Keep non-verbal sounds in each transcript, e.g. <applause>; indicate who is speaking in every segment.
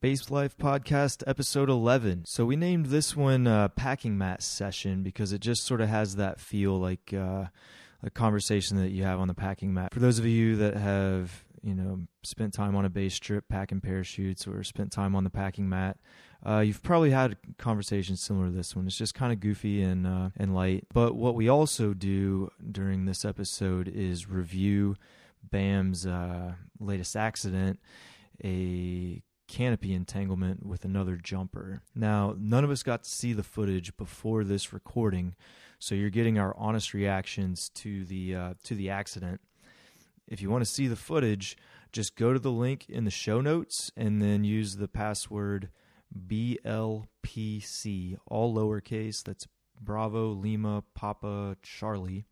Speaker 1: Base Life Podcast, episode 11. So, we named this one uh, Packing Mat Session because it just sort of has that feel like uh, a conversation that you have on the packing mat. For those of you that have, you know, spent time on a base trip packing parachutes or spent time on the packing mat, uh, you've probably had conversations similar to this one. It's just kind of goofy and uh, and light. But what we also do during this episode is review Bam's uh, latest accident, a canopy entanglement with another jumper. Now, none of us got to see the footage before this recording, so you're getting our honest reactions to the uh, to the accident. If you want to see the footage, just go to the link in the show notes and then use the password BLPC, all lowercase. That's Bravo, Lima, Papa, Charlie.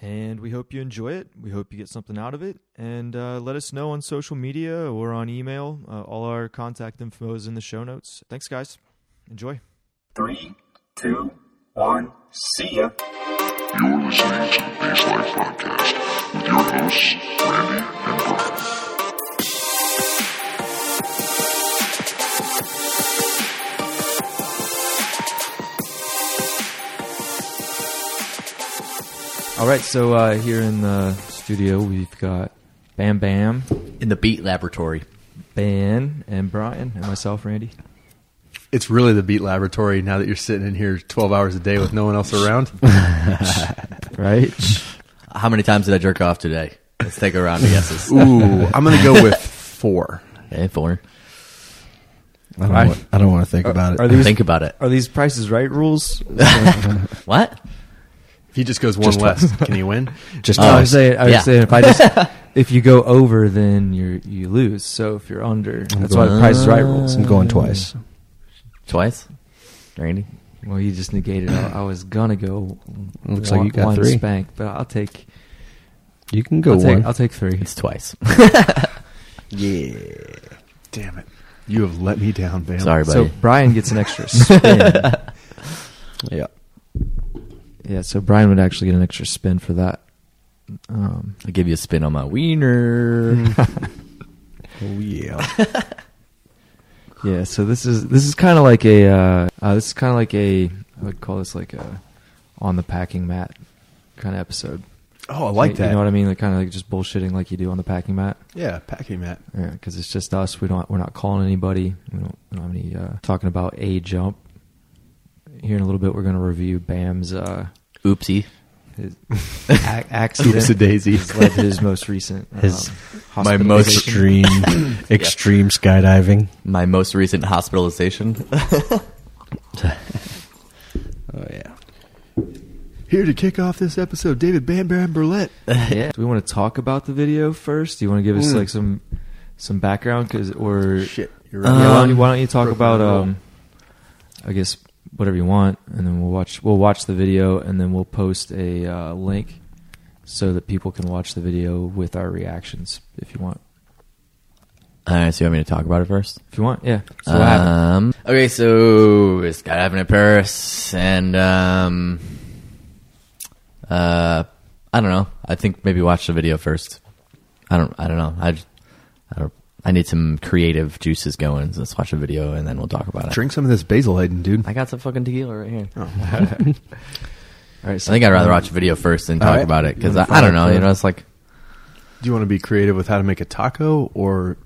Speaker 1: And we hope you enjoy it. We hope you get something out of it. And uh, let us know on social media or on email. Uh, all our contact info is in the show notes. Thanks, guys. Enjoy.
Speaker 2: Three, two, one, see ya.
Speaker 3: You're listening to the Base Life Podcast with your hosts, Randy and Brian.
Speaker 1: All right. So uh, here in the studio, we've got Bam Bam,
Speaker 4: in the Beat Laboratory.
Speaker 1: Ben, and Brian, and myself, Randy.
Speaker 5: It's really the Beat Laboratory now that you're sitting in here 12 hours a day with no one else around.
Speaker 1: <laughs> Right?
Speaker 4: How many times did I jerk off today? Let's take a round of guesses.
Speaker 5: <laughs> Ooh, I'm going to go with four.
Speaker 4: Okay, four.
Speaker 6: I don't,
Speaker 5: I-
Speaker 6: want, I don't want to think
Speaker 5: Uh,
Speaker 6: about it.
Speaker 1: Are these
Speaker 4: Think about it.
Speaker 1: are these prices right <laughs> rules?
Speaker 4: What?
Speaker 5: If he just goes one
Speaker 6: Just
Speaker 5: less, can he win?
Speaker 6: Just
Speaker 1: No, I was
Speaker 6: twice.
Speaker 1: saying, I was
Speaker 4: Yeah.
Speaker 1: saying, if I <laughs> just if you go over, then you you lose. So if you're under, that's why the Price is Right rules.
Speaker 6: I'm going twice.
Speaker 4: Twice? Randy?
Speaker 1: Well, you just negated. I, I was gonna go.
Speaker 6: Looks
Speaker 1: one,
Speaker 6: like you got
Speaker 1: one
Speaker 6: three.
Speaker 1: spank, but I'll take.
Speaker 6: You can go
Speaker 1: I'll
Speaker 6: one.
Speaker 1: take, I'll take three.
Speaker 4: It's <laughs> twice.
Speaker 6: yeah.
Speaker 5: <laughs> Damn it. You have let me down, man.
Speaker 4: Sorry, buddy.
Speaker 1: So Brian gets an
Speaker 6: <laughs>
Speaker 1: extra spin.
Speaker 6: Yeah.
Speaker 1: yeah, so Brian would actually get an extra spin for that. Um,
Speaker 4: I'll give you a spin on my wiener.
Speaker 6: Oh, yeah.
Speaker 1: <laughs> yeah, so this is this is kind of like a uh, uh, this is kind of like a I would call this like a on the packing mat kind of episode.
Speaker 5: <laughs> Oh, I like
Speaker 1: you,
Speaker 5: that.
Speaker 1: You know what I mean? Like kind of like just bullshitting like you do on the packing mat.
Speaker 5: Yeah, packing mat.
Speaker 1: Yeah, because it's just us. We don't. We're not calling anybody. We don't, we don't have any uh, talking about a jump. Here in a little bit, we're going to review Bam's uh,
Speaker 4: Oopsie.
Speaker 1: his a- accident.
Speaker 5: <laughs> Oops a daisy.
Speaker 1: It's led to his most recent.
Speaker 6: His-
Speaker 1: um,
Speaker 4: my
Speaker 1: hospitalization.
Speaker 4: most
Speaker 6: <coughs> Extreme, extreme skydiving.
Speaker 4: My most recent hospitalization.
Speaker 6: Oh, yeah.
Speaker 5: <laughs> Here to kick off this episode, David Bam Bam Burlett.
Speaker 1: Yeah. Do we want to talk about the video first? Do you want to give us
Speaker 5: Mm.
Speaker 1: like some some background? Cause, or
Speaker 5: Shit. You're
Speaker 1: Yeah,
Speaker 5: right.
Speaker 1: why,
Speaker 4: Um,
Speaker 1: don't you, why don't you talk
Speaker 5: Brooklyn
Speaker 1: about
Speaker 5: Roll.
Speaker 1: um, I guess whatever you want, and then we'll watch we'll watch the video, and then we'll post a uh, link so that people can watch the video with our reactions if you want.
Speaker 4: All right, so you want me to talk about it first?
Speaker 1: If you want, yeah. So what happened?
Speaker 4: um, okay, so it's got happened in Paris, and um, uh, I don't know. I think maybe watch the video first. I don't. I don't know. I, j- I don't. I need some creative juices going. So let's watch a video and then we'll talk about it.
Speaker 5: Drink some of this basil Hayden, dude.
Speaker 4: I got some fucking tequila right here.
Speaker 1: Oh.
Speaker 4: <laughs>
Speaker 1: All right.
Speaker 4: I think I'd rather watch a video first than talk
Speaker 5: right.
Speaker 4: about it
Speaker 5: You
Speaker 4: because I,
Speaker 5: wanna
Speaker 4: I don't
Speaker 5: find
Speaker 4: know.
Speaker 5: out
Speaker 4: You
Speaker 5: the-
Speaker 4: know, it's like
Speaker 5: Do you want to be creative with how to make a taco, or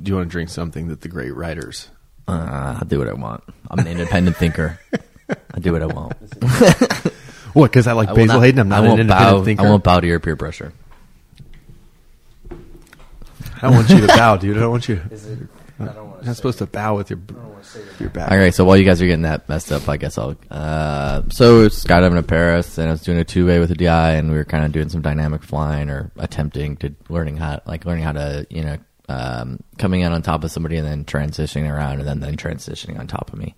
Speaker 5: do you want to drink something that the great writers?
Speaker 4: uh, I do what I want. I'm an independent thinker. I do what I want.
Speaker 5: What? Because I like
Speaker 4: I will
Speaker 5: basil Hayden. I'm not
Speaker 4: I
Speaker 5: an
Speaker 4: won't
Speaker 5: independent
Speaker 4: bow,
Speaker 5: thinker.
Speaker 4: I won't bow to your peer pressure.
Speaker 5: I don't want you to bow, dude. I don't want you. Uh, You're not supposed to bow with your your back.
Speaker 4: All right, so while you guys are getting that messed up, I guess I'll. Uh, so it's skydiving in Paris, and I was doing a two way with a DI, and we were kind of doing some dynamic flying or attempting to learning how, like learning how to, you know, um, coming out on top of somebody and then transitioning around, and then then transitioning on top of me.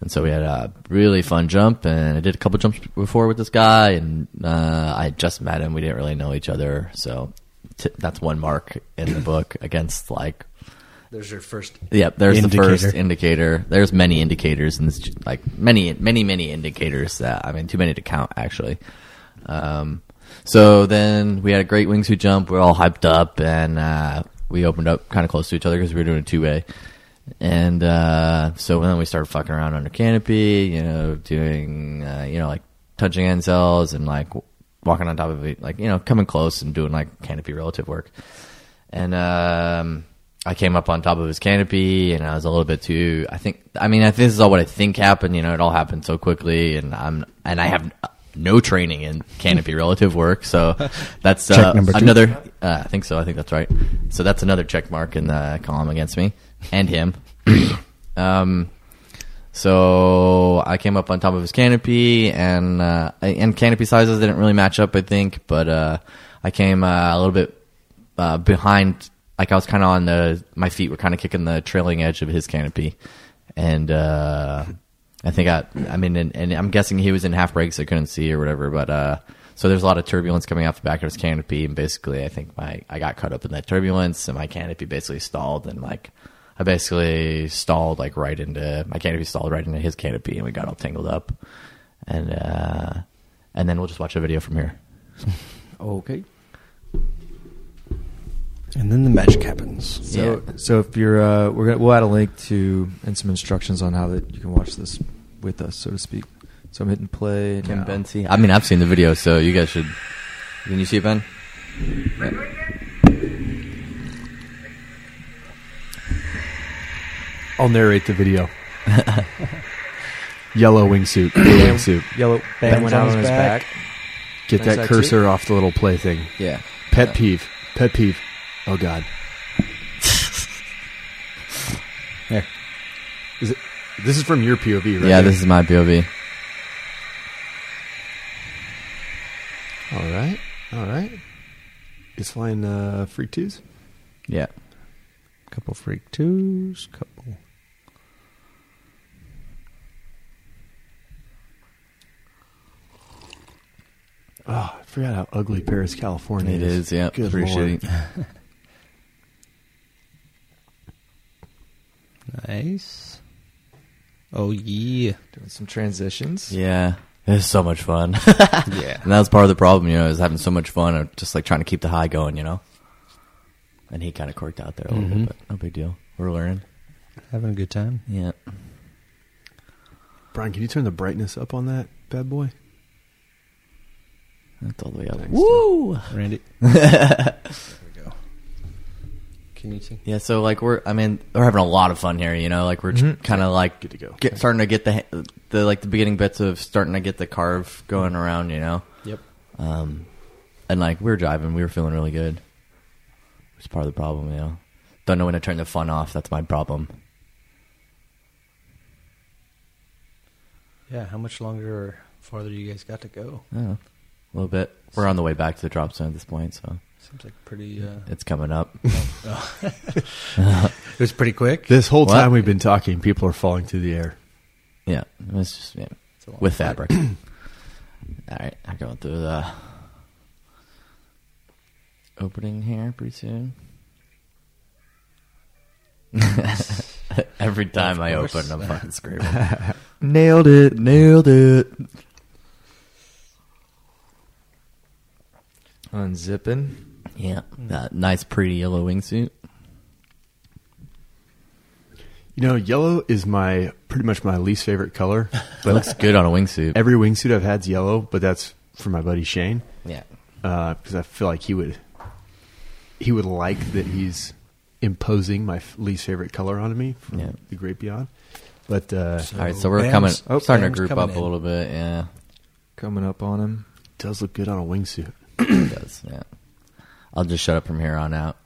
Speaker 4: And so we had a really fun jump, and I did a couple jumps before with this guy, and uh, I had just met him. We didn't really know each other, so t- that's one mark in the book against like
Speaker 6: There's your first.
Speaker 4: Yep, there's
Speaker 6: Indicator.
Speaker 4: the first indicator. There's many indicators, and it's like many, many, many indicators that I mean, too many to count actually. Um, so then we had a great wingsuit jump. We are all hyped up, and uh, we opened up kind of close to each other because we were doing a two way. And uh, so then we started fucking around under canopy, you know, doing, uh, you know, like touching end cells and like w- walking on top of it, like, you know, coming close and doing like canopy relative work. And um, I came up on top of his canopy and I was a little bit too, I think, I mean, I, this is all what I think happened, you know, it all happened so quickly and I'm, and I have no training in canopy relative work.
Speaker 6: <laughs>
Speaker 4: So that's
Speaker 6: Check
Speaker 4: uh,
Speaker 6: number two.
Speaker 4: another uh, I think so. I think that's right. So that's another check mark in the column against me and him. <clears throat> um, so I came up on top of his canopy, and uh, and canopy sizes didn't really match up, I think. But uh, I came uh, a little bit uh, behind. Like I was kind of on the my feet were kind of kicking the trailing edge of his canopy, and uh, I think I I mean and, and I'm guessing he was in half breaks, I couldn't see or whatever. But uh, so there's a lot of turbulence coming off the back of his canopy, and basically I think my I got caught up in that turbulence, and my canopy basically stalled, and like I basically stalled like right into my canopy stalled right into his canopy, and we got all tangled up, and uh, and then we'll just watch a video from here.
Speaker 1: Oh,
Speaker 6: Okay. And then the magic happens.
Speaker 1: So, so if you're, uh, we're gonna, we'll add a link to and some instructions on how that you can watch this with us, so to speak. So I'm hitting play.
Speaker 4: Tim
Speaker 1: now.
Speaker 4: Bensi. I mean, I've seen the video, so you guys should. Can you see it, Ben?
Speaker 5: I'll narrate
Speaker 4: <laughs>
Speaker 5: the video. Yellow
Speaker 4: <clears throat>
Speaker 5: wingsuit, blue wingsuit.
Speaker 1: Yellow
Speaker 6: Ben's
Speaker 1: Ben went out on his back.
Speaker 5: Get
Speaker 1: That's
Speaker 5: that
Speaker 1: actually-
Speaker 5: cursor off the little play thing.
Speaker 4: Yeah.
Speaker 5: Pet peeve. Pet peeve.
Speaker 4: <laughs>
Speaker 5: Oh God.
Speaker 6: There.
Speaker 5: Is it? This is from your POV, right?
Speaker 4: yeah, this is my POV.
Speaker 5: All right. All right. It's flying uh, free twos.
Speaker 4: Yeah.
Speaker 6: Couple freak twos. Couple.
Speaker 5: Oh, I forgot how ugly Paris, California.
Speaker 4: It is, yeah.
Speaker 5: Good
Speaker 4: Appreciate
Speaker 5: lord.
Speaker 4: it. <laughs>
Speaker 6: Nice. Oh yeah.
Speaker 1: Doing some transitions.
Speaker 4: Yeah. It was so much fun. <laughs> and
Speaker 6: Yeah.
Speaker 4: that was part of the problem, you know, is having so much fun and just like trying to keep the high going, you know? And he kind of corked out there a little
Speaker 6: Mhm.
Speaker 5: Mm-hmm.
Speaker 4: bit, but no big deal. We're learning.
Speaker 6: Having a good time.
Speaker 4: Yeah.
Speaker 5: Brian, can you turn the brightness up on that bad boy?
Speaker 4: That's all the way up.
Speaker 5: Thanks.
Speaker 4: Woo!
Speaker 6: Randy. <laughs> there we go. Can you see?
Speaker 4: Yeah, so like we're, I mean, we're having a lot of fun here, you know, like we're
Speaker 1: Mhm.
Speaker 4: kind of like
Speaker 5: Mm-hmm. Good to go.
Speaker 4: Get, starting to get the, ha- the, like the beginning bits of starting to get the carve going around, you know?
Speaker 6: Yep.
Speaker 4: Um, and like we were driving, we were feeling really good. It's part of the problem, you know. Don't know when to turn the fun off. That's my problem.
Speaker 6: Yeah. How much longer or farther you guys got to go?
Speaker 4: Yeah, a little bit. We're on the way back to the drop zone at this point, so
Speaker 6: Seems like pretty. Uh,
Speaker 4: it's coming
Speaker 6: <laughs>
Speaker 4: up.
Speaker 6: it was pretty quick.
Speaker 5: This whole
Speaker 4: What?
Speaker 5: time we've been talking, people are falling through the air.
Speaker 4: Yeah, it's just yeah,
Speaker 6: It's a long
Speaker 4: with
Speaker 6: flight.
Speaker 4: fabric. <clears throat> All right, I'm going through the opening here pretty soon. <laughs> Every time I
Speaker 6: course.
Speaker 4: open, I'm
Speaker 6: <laughs>
Speaker 4: fucking screaming.
Speaker 1: Nailed it.
Speaker 4: Nailed it.
Speaker 1: Unzipping.
Speaker 4: Yeah, that nice, pretty yellow wingsuit.
Speaker 5: You know, yellow is my pretty much my least
Speaker 4: <laughs>
Speaker 5: favorite color.
Speaker 4: But looks good on a wingsuit.
Speaker 5: Every wingsuit I've had's yellow, but that's for my buddy Shane
Speaker 4: yeah,
Speaker 5: because I feel like he would he would like that he's imposing my f- least favorite color onto me from
Speaker 4: Yeah.
Speaker 5: the great beyond. But uh,
Speaker 4: All right, so we're
Speaker 6: Ben's-
Speaker 4: coming,
Speaker 6: oh,
Speaker 4: starting to
Speaker 6: Ben's
Speaker 4: group
Speaker 6: coming
Speaker 4: up
Speaker 6: in.
Speaker 4: a little bit. Yeah,
Speaker 1: Coming up on him.
Speaker 5: does look good on a wingsuit.
Speaker 4: it does. Yeah, I'll just shut up from here on out.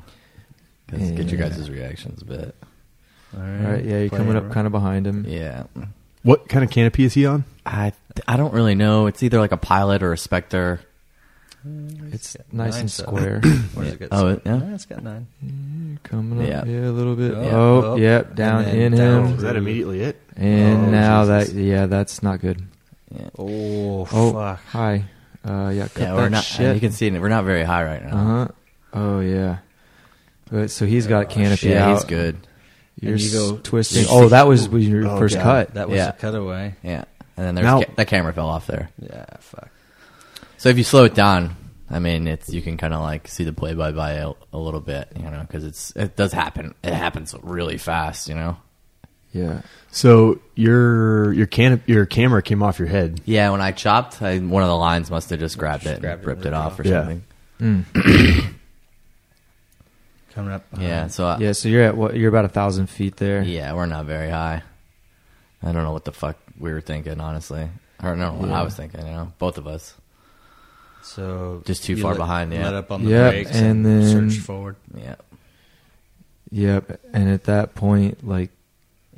Speaker 4: 'Cause Get your
Speaker 1: Yeah.
Speaker 4: guys' reactions a bit.
Speaker 6: All
Speaker 1: All right. Yeah, you're coming up kind of behind him.
Speaker 4: Yeah,
Speaker 5: What kind of canopy is he on?
Speaker 4: I I don't really know. It's either like a pilot or a specter.
Speaker 1: It's nice and
Speaker 6: Nine's up.
Speaker 1: square.
Speaker 6: Where's
Speaker 4: Yeah.
Speaker 6: it got?
Speaker 4: Oh, it- yeah.
Speaker 6: yeah. it's got nine.
Speaker 1: Coming up
Speaker 4: Yeah.
Speaker 1: here a little bit.
Speaker 6: Yeah.
Speaker 1: Oh,
Speaker 6: Up.
Speaker 1: yep. Down
Speaker 6: And then
Speaker 1: in
Speaker 4: Um,
Speaker 6: down.
Speaker 1: him.
Speaker 5: Is that immediately it?
Speaker 1: And
Speaker 5: Oh,
Speaker 1: now
Speaker 5: Jesus.
Speaker 1: that yeah, that's not good.
Speaker 4: Yeah,
Speaker 6: Oh,
Speaker 1: Oh,
Speaker 6: fuck.
Speaker 1: hi. Uh, yeah, cut
Speaker 4: yeah
Speaker 1: that
Speaker 4: we're not.
Speaker 1: shit.
Speaker 4: You can see it. We're not very high right
Speaker 1: Uh
Speaker 4: now.
Speaker 1: huh. Oh yeah. But so he's got canopy
Speaker 4: Yeah,
Speaker 1: out.
Speaker 4: he's good.
Speaker 1: You're
Speaker 6: And you go-
Speaker 1: s- twisting.
Speaker 6: you're-
Speaker 1: Oh, that was when your
Speaker 5: Oh,
Speaker 1: first
Speaker 5: God.
Speaker 1: cut.
Speaker 6: That was
Speaker 4: Yeah.
Speaker 6: a cutaway.
Speaker 4: Yeah, and then there's
Speaker 5: Now-
Speaker 4: ca- that camera fell off there.
Speaker 6: Yeah, fuck.
Speaker 4: So if you slow it down, I mean, it's you can kind of like see the play by by a, a little bit, you know, because it's it does happen. It happens really fast, you know.
Speaker 6: Yeah.
Speaker 5: So your your can your camera came off your head.
Speaker 4: Yeah, when I chopped, I, one of the lines must have just grabbed it
Speaker 6: grabbed
Speaker 4: and
Speaker 6: it
Speaker 4: ripped
Speaker 6: and
Speaker 4: it off
Speaker 6: ripped it
Speaker 4: or
Speaker 5: off. Yeah.
Speaker 4: something.
Speaker 1: Hmm.
Speaker 6: Coming up. behind.
Speaker 4: Yeah, so I,
Speaker 1: yeah, so you're at what? You're about a thousand feet there.
Speaker 4: Uh, Yeah, we're not very high. I don't know what the fuck we were thinking, honestly. I don't know what I was thinking, you know, both of us.
Speaker 6: So
Speaker 4: Just too
Speaker 6: you
Speaker 4: far
Speaker 6: let-
Speaker 4: behind, yeah.
Speaker 6: Let up on the
Speaker 1: Yep,
Speaker 6: brakes
Speaker 1: and
Speaker 6: and,
Speaker 1: then-
Speaker 6: search forward.
Speaker 4: Yeah.
Speaker 1: Yep. And at that point, like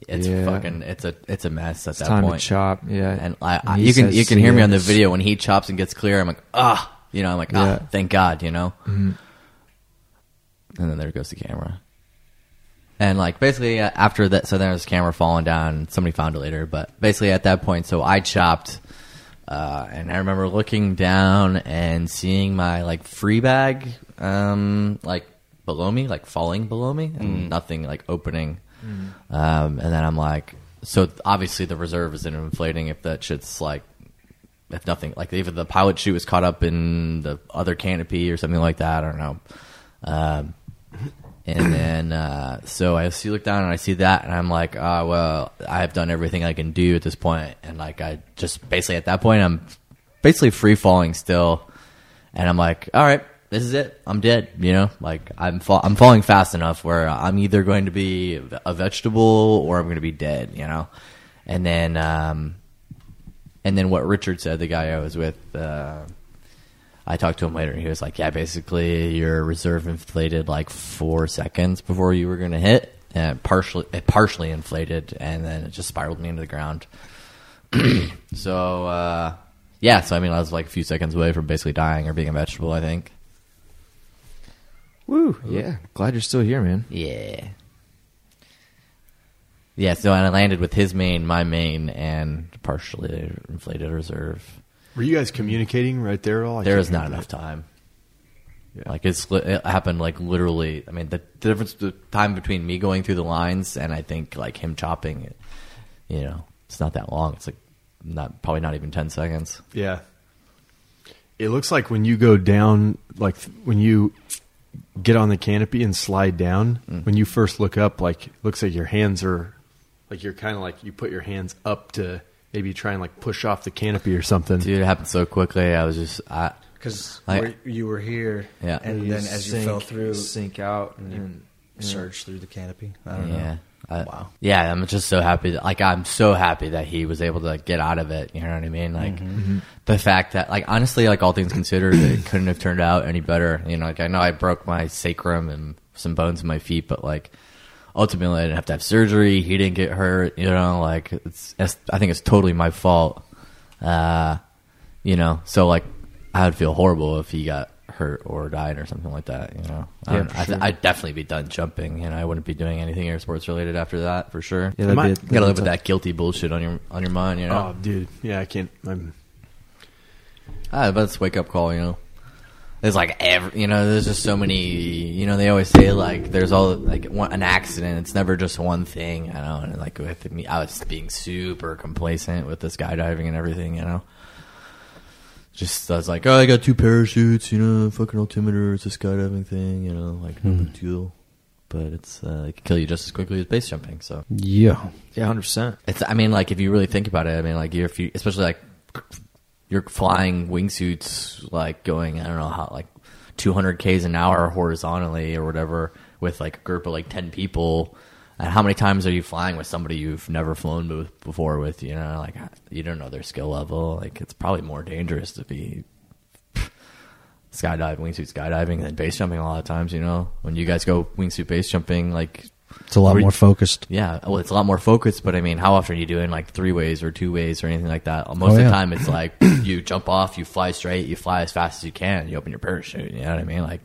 Speaker 4: It's
Speaker 1: Yeah.
Speaker 4: fucking it's a it's a mess at
Speaker 1: it's
Speaker 4: that
Speaker 1: time
Speaker 4: point.
Speaker 1: to chop. Yeah.
Speaker 4: And I, I
Speaker 1: he
Speaker 4: you can
Speaker 1: says,
Speaker 4: you can hear
Speaker 1: "See
Speaker 4: me
Speaker 1: ya."
Speaker 4: on the video when he chops and gets clear, I'm like, "Ah." You know, I'm like, "Ah,
Speaker 1: Yeah.
Speaker 4: thank God," you know.
Speaker 1: Mhm.
Speaker 4: and then there goes the camera. And like basically uh, after that, so there was camera falling down. Somebody found it later, but basically at that point, so I chopped, uh, and I remember looking down and seeing my like free bag, um, like below me, like falling below me, and nothing like opening. Um, and then I'm like, so obviously the reserve isn't inflating if that shit's like if nothing like even the pilot chute was caught up in the other canopy or something like that. I don't know. Um, and then uh, so I see look down and I see that and I'm like, ah, well, I've done everything I can do at this point, and like I just basically at that point I'm basically free falling still, and I'm like, all right, this is it, I'm dead, you know, like I'm fa- I'm falling fast enough where I'm either going to be a vegetable or I'm going to be dead, you know, and then um, and then what Richard said, the guy I was with, uh, I talked to him later, and he was like, "Yeah, basically, your reserve inflated like four seconds before you were going to hit, and it partially it partially inflated, and then it just spiraled me into the ground." <clears throat> so uh, yeah, so I mean, I was like a few seconds away from basically dying or being a vegetable. I think.
Speaker 1: Woo. Yeah. Glad you're still here, man.
Speaker 4: Yeah. Yeah, so I landed with his main, my main, and partially inflated reserve.
Speaker 5: Were you guys communicating right there at all? I
Speaker 4: There
Speaker 5: can't
Speaker 4: is not
Speaker 5: remember.
Speaker 4: enough time. Like it's li- it happened like literally. I mean, the, the difference, the time between me going through the lines and I think like him chopping it, you know, it's not that long. It's like not probably not even ten seconds.
Speaker 5: Yeah. It looks like when you go down, like th- when you get on the canopy and slide down, when you first look up, like it looks like your hands are, like you're kind of like you put your hands up to maybe try and like push off the canopy or something.
Speaker 4: Dude, it happened so quickly. I was just, I,
Speaker 6: Because
Speaker 4: I-
Speaker 6: you were here,
Speaker 4: Yeah.
Speaker 6: and then as you
Speaker 1: sink-
Speaker 6: fell through,
Speaker 1: sink out, and, yeah.
Speaker 6: search through the canopy. I don't
Speaker 4: yeah,
Speaker 6: know.
Speaker 4: I-
Speaker 6: Wow.
Speaker 4: yeah. I'm just so happy. That, like I'm so happy that he was able to like, get out of it. You know what I mean? Like
Speaker 6: Mm-hmm.
Speaker 4: the fact that, like honestly, like all things considered, it couldn't have turned out any better. You know, like I know I broke my sacrum and some bones in my feet, but like ultimately, I didn't have to have surgery. He didn't get hurt. You know, like it's. it's I think it's totally my fault. Uh, you know, so like I would feel horrible if he got hurt or died or something like that. You know, I
Speaker 1: Yeah,
Speaker 4: don't-
Speaker 1: for
Speaker 4: I,
Speaker 1: sure.
Speaker 4: I'd definitely be done jumping, and I wouldn't be doing anything air sports related after that for sure.
Speaker 1: Yeah, that'd
Speaker 5: Am I-
Speaker 1: be a-
Speaker 4: you gotta
Speaker 1: that'd
Speaker 4: live with
Speaker 1: be
Speaker 4: that guilty bullshit on your on your mind, you
Speaker 5: Oh,
Speaker 4: know.
Speaker 5: dude. Yeah, I can't. I'm,
Speaker 4: Ah, but it's a wake up call, you know. There's like every, you know, there's just so many, you know. They always say like there's all like one, an accident. It's never just one thing, I know. And like with me, I was being super complacent with the skydiving and everything, you know. Just I was like, oh, I got two parachutes, you know, fucking altimeter. It's a skydiving thing, you know, like no big deal. But it's uh, it can kill you just as quickly as base jumping. So
Speaker 6: Yeah.
Speaker 1: tough. Yeah, hundred percent.
Speaker 4: it's. I mean, like if you really think about it, I mean, like you're, if you, especially like you're flying wingsuits, like going, I don't know how, like 200 k's an hour horizontally or whatever, with like a group of like 10 people. And how many times are you flying with somebody you've never flown with before? With you know, like you don't know their skill level. Like it's probably more dangerous to be skydiving, wingsuit skydiving, than base jumping. A lot of times, you know, when you guys go wingsuit base jumping, like
Speaker 6: It's a lot
Speaker 4: Were you-
Speaker 6: more focused.
Speaker 4: yeah, well, it's a lot more focused, but I mean, how often are you doing like three ways or two ways or anything like that? Most
Speaker 6: Oh,
Speaker 4: of the
Speaker 6: yeah.
Speaker 4: time, it's <clears throat> like you jump off, you fly straight, you fly as fast as you can, you open your parachute. You know what I mean? Like,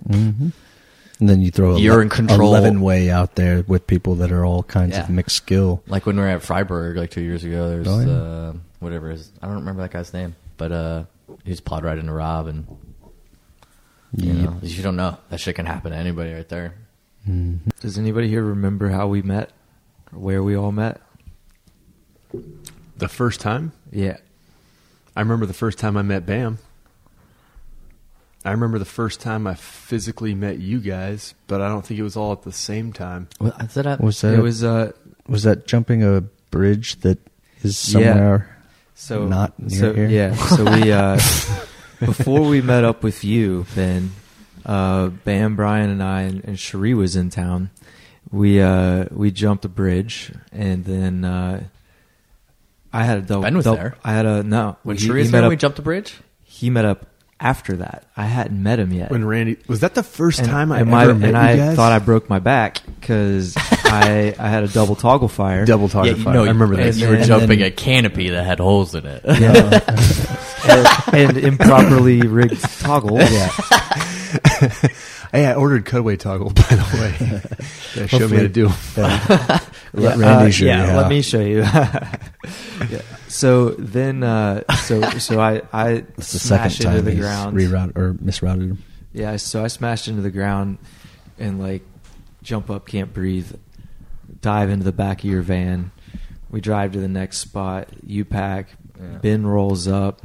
Speaker 6: And then you throw
Speaker 4: You're in control.
Speaker 6: eleven way out there with people that are all kinds
Speaker 4: Yeah.
Speaker 6: of mixed skill.
Speaker 4: like when we were at Freiburg like two years ago, there's
Speaker 6: Oh, yeah.
Speaker 4: uh, whatever his, I don't remember that guy's name, but uh, he just plowed right into Rob, and you know, you don't know that shit can happen to anybody right there.
Speaker 1: Does anybody here remember how we met, or where we all met?
Speaker 5: the first time,
Speaker 1: Yeah.
Speaker 5: I remember the first time I met Bam. I remember the first time I physically met you guys, but I don't think it was all at the same time.
Speaker 4: What, is that
Speaker 6: Was that
Speaker 1: It was uh
Speaker 6: was that jumping a bridge that is
Speaker 1: Yeah.
Speaker 6: somewhere?
Speaker 4: <laughs>
Speaker 1: So
Speaker 6: Not near
Speaker 1: so,
Speaker 6: here?
Speaker 1: Yeah. So we uh, <laughs> before we met up with you, Ben, uh, Bam, Brian, and I, and, and Cherie was in town. We uh, we jumped a bridge, and then uh, I had a double.
Speaker 4: Ben was
Speaker 1: double-
Speaker 4: there.
Speaker 1: I had a no.
Speaker 4: When
Speaker 1: he,
Speaker 4: Shari's
Speaker 1: he met
Speaker 4: there,
Speaker 1: up.
Speaker 4: we jumped the bridge.
Speaker 1: he met up after that. I hadn't met him yet.
Speaker 5: When Randy was that the first
Speaker 1: and,
Speaker 5: time I
Speaker 1: and
Speaker 5: ever
Speaker 1: my-
Speaker 5: met
Speaker 1: and
Speaker 5: you
Speaker 1: I
Speaker 5: guys?
Speaker 1: thought I broke my back
Speaker 5: <laughs>
Speaker 1: because I I had a double toggle fire.
Speaker 5: double talk.
Speaker 4: Yeah, you know,
Speaker 5: I remember that.
Speaker 4: and You
Speaker 5: You
Speaker 4: were
Speaker 1: then-
Speaker 4: jumping a canopy that had holes in it.
Speaker 1: and improperly rigged
Speaker 5: <laughs>
Speaker 1: toggle. Yeah.
Speaker 5: Hey, I ordered cutaway toggle <laughs> by the <laughs> way. yeah, show me how to do. 'em.
Speaker 6: Let
Speaker 1: <laughs> Yeah,
Speaker 6: Randy
Speaker 1: uh,
Speaker 6: show
Speaker 1: yeah,
Speaker 6: you.
Speaker 1: let me show you. <laughs> yeah. So then, uh, so so I I
Speaker 6: <laughs> That's the
Speaker 1: smashed
Speaker 6: second
Speaker 1: into
Speaker 6: time
Speaker 1: the
Speaker 6: he's
Speaker 1: ground.
Speaker 6: rerouted or misrouted him.
Speaker 1: Yeah, so I smashed into the ground and like jump up, can't breathe, dive into the back of your van. We drive to the next spot. You pack. Ben rolls up,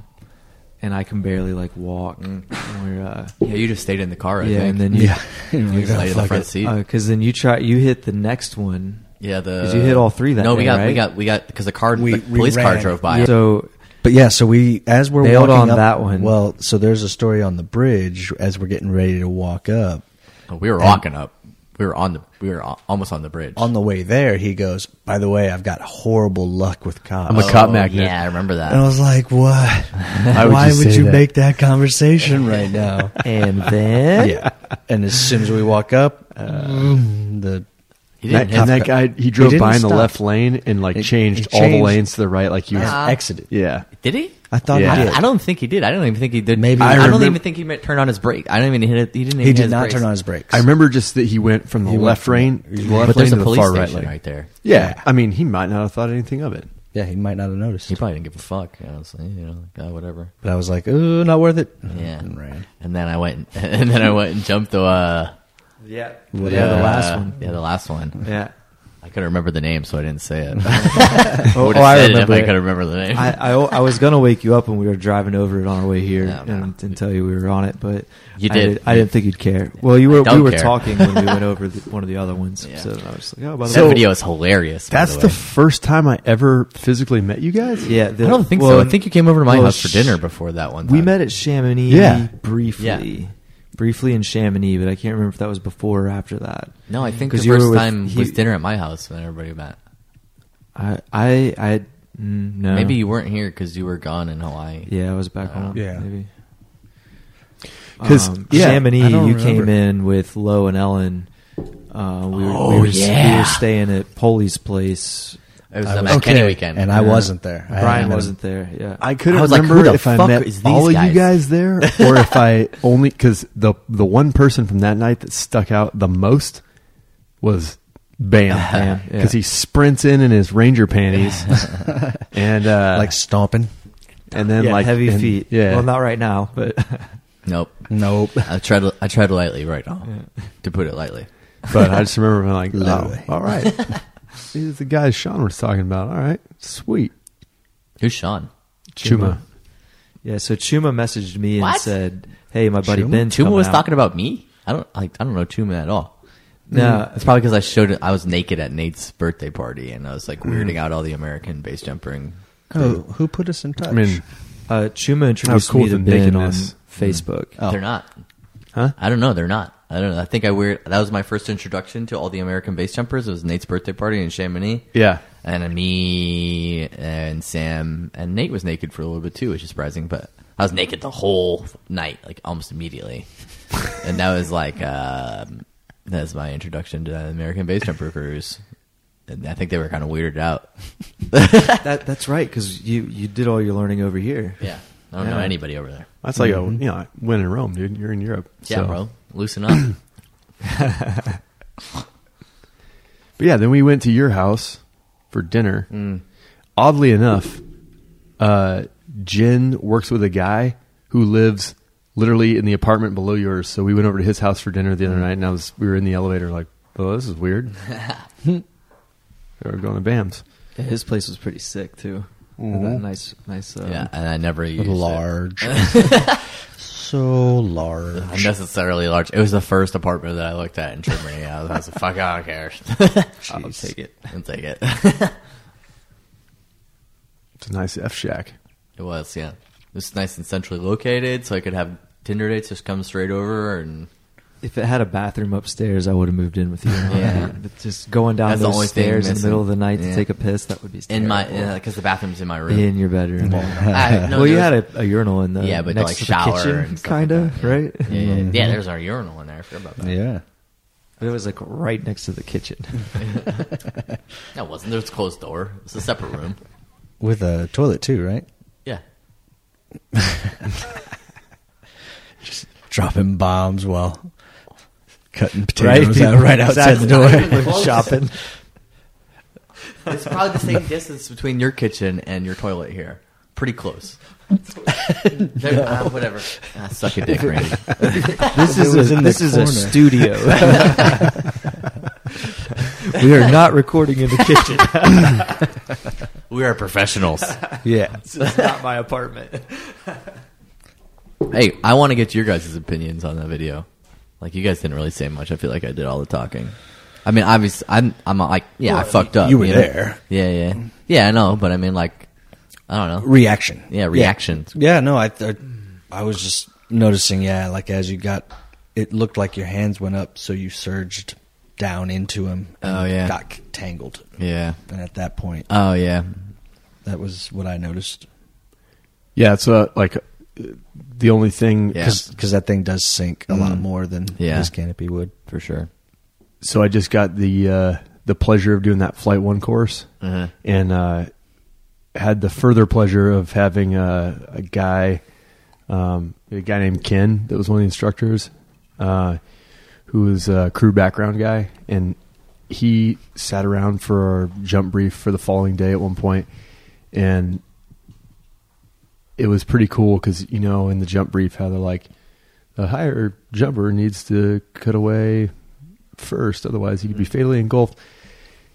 Speaker 1: and I can barely like walk. And we're, uh,
Speaker 4: <laughs> yeah, you just stayed in the car. Mm. I
Speaker 1: yeah,
Speaker 4: think.
Speaker 1: and then <laughs> you.
Speaker 6: You know,
Speaker 4: You just laid
Speaker 6: like, oh,
Speaker 4: in the
Speaker 6: fuck
Speaker 4: front
Speaker 6: it.
Speaker 4: seat.
Speaker 1: Because then you try, you hit the next one.
Speaker 4: yeah, the
Speaker 1: 'cause Uh, you hit all three that
Speaker 4: no, we
Speaker 1: day,
Speaker 4: got we
Speaker 1: right?
Speaker 4: got we got because the car
Speaker 6: We-
Speaker 4: the
Speaker 6: we
Speaker 4: police car
Speaker 6: ran.
Speaker 4: drove by.
Speaker 1: So
Speaker 6: But yeah, so we as we're
Speaker 1: Bailed
Speaker 6: walking
Speaker 1: on
Speaker 6: up-
Speaker 1: that one.
Speaker 6: Well, so there's a story on the bridge as we're getting ready to walk up.
Speaker 4: Oh, we were walking up. We were on the we were al- almost on the bridge.
Speaker 6: On the way there, he goes, "By the way, I've got horrible luck with cops."
Speaker 5: I'm a cop magnet.
Speaker 4: Oh, yeah, I remember that.
Speaker 6: and I was
Speaker 1: <laughs>
Speaker 6: like, "What?
Speaker 5: would
Speaker 6: Why
Speaker 5: you
Speaker 6: would
Speaker 5: say
Speaker 6: you
Speaker 5: that?"
Speaker 6: make that conversation right now?"
Speaker 1: <laughs> and
Speaker 6: <laughs>
Speaker 1: then
Speaker 6: yeah. And as soon as we walk up, mm, the
Speaker 4: He
Speaker 5: That,
Speaker 4: didn't hit
Speaker 5: and that
Speaker 4: the-
Speaker 5: guy he drove
Speaker 6: didn't
Speaker 5: by in the
Speaker 6: stop.
Speaker 5: left lane and like
Speaker 6: It-
Speaker 5: changed,
Speaker 6: it
Speaker 5: all the
Speaker 6: changed.
Speaker 5: lanes to the right like you
Speaker 6: yeah,
Speaker 1: Ah.
Speaker 5: yeah.
Speaker 6: exited.
Speaker 5: yeah.
Speaker 4: Did he?
Speaker 6: I thought
Speaker 5: Yeah.
Speaker 6: he did.
Speaker 4: I don't think he did. I don't even think he did.
Speaker 6: Maybe-
Speaker 4: I,
Speaker 6: I
Speaker 4: don't
Speaker 6: remem-
Speaker 4: even think he meant turn on his brake. I don't even hit it. He didn't. Even
Speaker 6: he
Speaker 4: hit
Speaker 6: did
Speaker 4: his
Speaker 6: not
Speaker 4: brakes.
Speaker 6: turn on his brakes.
Speaker 5: I remember just that he went from the
Speaker 6: He went
Speaker 5: left
Speaker 6: from-
Speaker 5: lane,
Speaker 6: But
Speaker 5: left
Speaker 4: But there's a
Speaker 5: lane to the
Speaker 4: police
Speaker 5: far right
Speaker 4: station
Speaker 5: lane.
Speaker 4: right, there.
Speaker 5: Yeah. I mean, he might not have thought anything of it.
Speaker 6: yeah, he might not have noticed.
Speaker 4: He probably didn't give a fuck. Honestly, you know, like, oh, whatever.
Speaker 6: But I was like, "Ooh, not worth it."
Speaker 4: Yeah.
Speaker 6: and ran.
Speaker 4: And then I went <laughs> and then I went and jumped the. Uh,
Speaker 1: yeah,
Speaker 4: uh,
Speaker 1: the last one.
Speaker 4: Yeah, the last one.
Speaker 1: Yeah.
Speaker 4: I couldn't remember the name, so I didn't say it. I
Speaker 1: Oh,
Speaker 4: would
Speaker 1: oh,
Speaker 4: have
Speaker 1: I
Speaker 4: said
Speaker 1: remember.
Speaker 4: it if I
Speaker 1: it.
Speaker 4: could remember the
Speaker 1: <laughs>
Speaker 4: name.
Speaker 1: I, I, I was gonna wake you up when we were driving over it on our way here
Speaker 4: No, no.
Speaker 1: and, and tell you we were on it, but
Speaker 4: You
Speaker 1: I
Speaker 4: did.
Speaker 1: I didn't think you'd care. Well, you were.
Speaker 4: don't
Speaker 1: We were
Speaker 4: care.
Speaker 1: talking when we went over
Speaker 4: <laughs>
Speaker 1: the, one of the other ones,
Speaker 4: Yeah.
Speaker 1: so I was like, oh, by the
Speaker 4: that
Speaker 1: way.
Speaker 4: video is hilarious. by
Speaker 5: That's
Speaker 4: the,
Speaker 5: the,
Speaker 4: way.
Speaker 5: first time I ever physically met you guys.
Speaker 1: Yeah, the,
Speaker 4: I don't think
Speaker 1: well,
Speaker 4: so. I think you came over to my
Speaker 1: well,
Speaker 4: house for
Speaker 1: sh-
Speaker 4: dinner before that one. Time.
Speaker 1: We met at Chamonix
Speaker 5: Yeah.
Speaker 1: briefly,
Speaker 4: Yeah.
Speaker 1: briefly in Chamonix, but I can't remember if that was before or after that.
Speaker 4: No, I think the
Speaker 1: 'Cause you were
Speaker 4: first
Speaker 1: with-
Speaker 4: time
Speaker 1: he- Oh.
Speaker 4: was dinner at my house when everybody met.
Speaker 1: I I I mm, no.
Speaker 4: Maybe you weren't here because you were gone in Hawaii.
Speaker 1: Yeah, I was back home.
Speaker 6: Yeah.
Speaker 1: maybe.
Speaker 5: 'Cause,
Speaker 1: um,
Speaker 5: yeah,
Speaker 1: Chamonix,
Speaker 6: I
Speaker 1: you
Speaker 6: don't
Speaker 1: came
Speaker 6: remember.
Speaker 1: in with Lo and Ellen. Uh, we, were,
Speaker 4: Oh,
Speaker 1: we, were, we
Speaker 4: yeah.
Speaker 1: were staying at Polly's place.
Speaker 4: It was
Speaker 6: I
Speaker 4: the
Speaker 6: was-
Speaker 4: Matt Kenny
Speaker 6: okay,
Speaker 4: weekend,
Speaker 6: and I wasn't there. I
Speaker 1: Brian
Speaker 6: hadn't-
Speaker 1: wasn't there. Yeah,
Speaker 5: I couldn't
Speaker 4: I was like, who
Speaker 5: remember
Speaker 4: the
Speaker 5: if I
Speaker 4: fuck
Speaker 5: met
Speaker 4: is these
Speaker 5: all of
Speaker 4: guys?
Speaker 5: you guys there or
Speaker 4: <laughs>
Speaker 5: if I only because the the one person from that night that stuck out the most was
Speaker 4: <laughs>
Speaker 5: Bam
Speaker 1: Bam, yeah.
Speaker 5: because he sprints in in his ranger panties and uh,
Speaker 6: like stomping.
Speaker 5: and then
Speaker 1: yeah,
Speaker 5: like
Speaker 1: heavy
Speaker 5: and-
Speaker 1: feet.
Speaker 5: Yeah,
Speaker 1: well, not right now, but <laughs>
Speaker 4: Nope.
Speaker 6: Nope.
Speaker 4: I tread. I tread lightly right now, to put it lightly.
Speaker 5: but I just remember being
Speaker 4: <laughs>
Speaker 5: like,
Speaker 6: Literally.
Speaker 5: oh, all right, these are the guys Sean was talking about. All right, sweet
Speaker 4: Who's Sean?
Speaker 5: Chuma.
Speaker 1: yeah. So Chuma messaged me and
Speaker 4: What?
Speaker 1: said, "Hey, my buddy
Speaker 4: Chuma?
Speaker 1: Ben's
Speaker 4: Chuma
Speaker 1: coming
Speaker 4: was
Speaker 1: out."
Speaker 4: talking about me. I don't like. I don't know Chuma at all.
Speaker 1: No.
Speaker 4: it's probably because I showed. I was naked at Nate's birthday party, and I was like weirding out all the American base jumping.
Speaker 6: Oh, <laughs> who put us in touch?
Speaker 5: I mean,
Speaker 1: Uh, Chuma introduced
Speaker 5: cool
Speaker 1: me to
Speaker 5: with the
Speaker 1: Ben on
Speaker 5: nakedness.
Speaker 1: Facebook.
Speaker 4: They're not.
Speaker 5: Oh. Huh?
Speaker 4: I don't know. They're not. I don't know. I think I weird. That was my first introduction to all the American base jumpers. It was Nate's birthday party in Chamonix.
Speaker 5: yeah.
Speaker 4: And me and Sam and Nate was naked for a little bit too, which is surprising. But I was naked the whole night, like almost
Speaker 5: <laughs>
Speaker 4: immediately. and that was like um, that was my introduction to the American base jumper cruise. And I think they were kind of weirded out.
Speaker 1: <laughs> That, that's right, because you you did all your learning over here.
Speaker 4: Yeah, I don't know
Speaker 1: Yeah.
Speaker 4: anybody over there.
Speaker 5: That's like a you know win in Rome, dude. You're in Europe,
Speaker 4: Mm-hmm. Yeah,
Speaker 5: so.
Speaker 4: bro, loosen up.
Speaker 5: <clears throat> But yeah, then we went to your house for dinner. Oddly enough, uh, Jen works with a guy who lives literally in the apartment below yours. So we went over to his house for dinner the other night, and I was we were in the elevator like, "Oh, this is weird." <laughs> we were going to Bams.
Speaker 1: Yeah, his place was pretty sick Mm-hmm. too. Had that nice, nice. Uh,
Speaker 4: yeah, and I never used it.
Speaker 6: large. so large.
Speaker 4: unnecessarily large. It was the first apartment that I looked at in Germany. I was, I was like, "Fuck, I don't care. <laughs> I'll
Speaker 6: Jeez.
Speaker 4: take it. I'll take it." <laughs>
Speaker 5: It's a nice F shack.
Speaker 4: it was, yeah. It was nice and centrally located, so I could have Tinder dates just come straight over, and
Speaker 1: If it had a bathroom upstairs, I would have moved in with you.
Speaker 4: <laughs> Yeah.
Speaker 1: But just going down
Speaker 4: That's the
Speaker 1: those
Speaker 4: only thing
Speaker 1: stairs in the
Speaker 4: missing.
Speaker 1: middle of the night
Speaker 4: Yeah.
Speaker 1: to take a piss, that would be
Speaker 4: in my
Speaker 1: terrible.
Speaker 4: because the bathroom's in my room.
Speaker 1: in your bedroom. <laughs>
Speaker 4: I- no,
Speaker 1: well, you
Speaker 4: there
Speaker 1: had
Speaker 4: was-
Speaker 1: a, a urinal in the
Speaker 4: yeah, but
Speaker 1: next
Speaker 4: like
Speaker 1: to the
Speaker 4: shower
Speaker 1: kitchen,
Speaker 4: and stuff
Speaker 1: kind
Speaker 4: like
Speaker 1: of
Speaker 4: that, yeah.
Speaker 1: right.
Speaker 4: Yeah, yeah, yeah. there's our urinal in there. I forgot about that.
Speaker 6: Yeah.
Speaker 1: But it was like right next to the kitchen.
Speaker 4: <laughs>
Speaker 1: <laughs>
Speaker 4: No, it wasn't. There was a closed door. It's a separate <laughs> room.
Speaker 6: With a toilet too, right?
Speaker 4: Yeah.
Speaker 6: Dropping bombs while cutting
Speaker 1: Right,
Speaker 6: potatoes out right outside the door.
Speaker 4: Close.
Speaker 6: <laughs> Shopping.
Speaker 4: It's probably the same distance between your kitchen and your toilet here. Pretty close. <laughs> There- uh, whatever. Ah, <laughs> suck a dick, Randy.
Speaker 1: this
Speaker 6: It
Speaker 1: is
Speaker 6: was
Speaker 1: a,
Speaker 6: in the
Speaker 1: this is a
Speaker 6: corner.
Speaker 1: studio. <laughs>
Speaker 4: <laughs>
Speaker 1: we are not recording in the kitchen.
Speaker 4: We are professionals.
Speaker 6: Yeah.
Speaker 1: this is not my apartment.
Speaker 4: hey, I want to get your guys' opinions on that video. Like, you guys didn't really say much. I feel like I did all the talking. I mean, obviously, I'm, I'm like, yeah, I fucked up.
Speaker 6: you were
Speaker 4: know?
Speaker 6: there.
Speaker 4: Yeah, yeah. Yeah, I know, but I mean, like, I don't know.
Speaker 6: Reaction.
Speaker 4: Yeah, reactions.
Speaker 6: Yeah, no, I, I I was just noticing, yeah, like as you got it looked like your hands went up, so you surged down into him and
Speaker 4: Oh, yeah.
Speaker 6: got c- tangled.
Speaker 4: Yeah.
Speaker 6: And at that point,
Speaker 4: Oh, yeah.
Speaker 6: that was what I noticed
Speaker 5: Yeah, it's a like uh, the only thing.
Speaker 4: Yeah.
Speaker 5: 'cause-
Speaker 6: because that thing does sink a lot
Speaker 4: Mm.
Speaker 6: more than
Speaker 4: Yeah.
Speaker 6: his canopy would.
Speaker 4: For sure.
Speaker 5: so I just got the uh, the pleasure of doing that flight one course,
Speaker 4: Uh-huh.
Speaker 5: and uh, had the further pleasure of having a, a guy, um, a guy named Ken, that was one of the instructors, uh, who was a crew background guy, and he sat around for our jump brief for the following day at one point, and it was pretty cool because you know in the jump brief how they're like the higher jumper needs to cut away first, otherwise he could be fatally engulfed.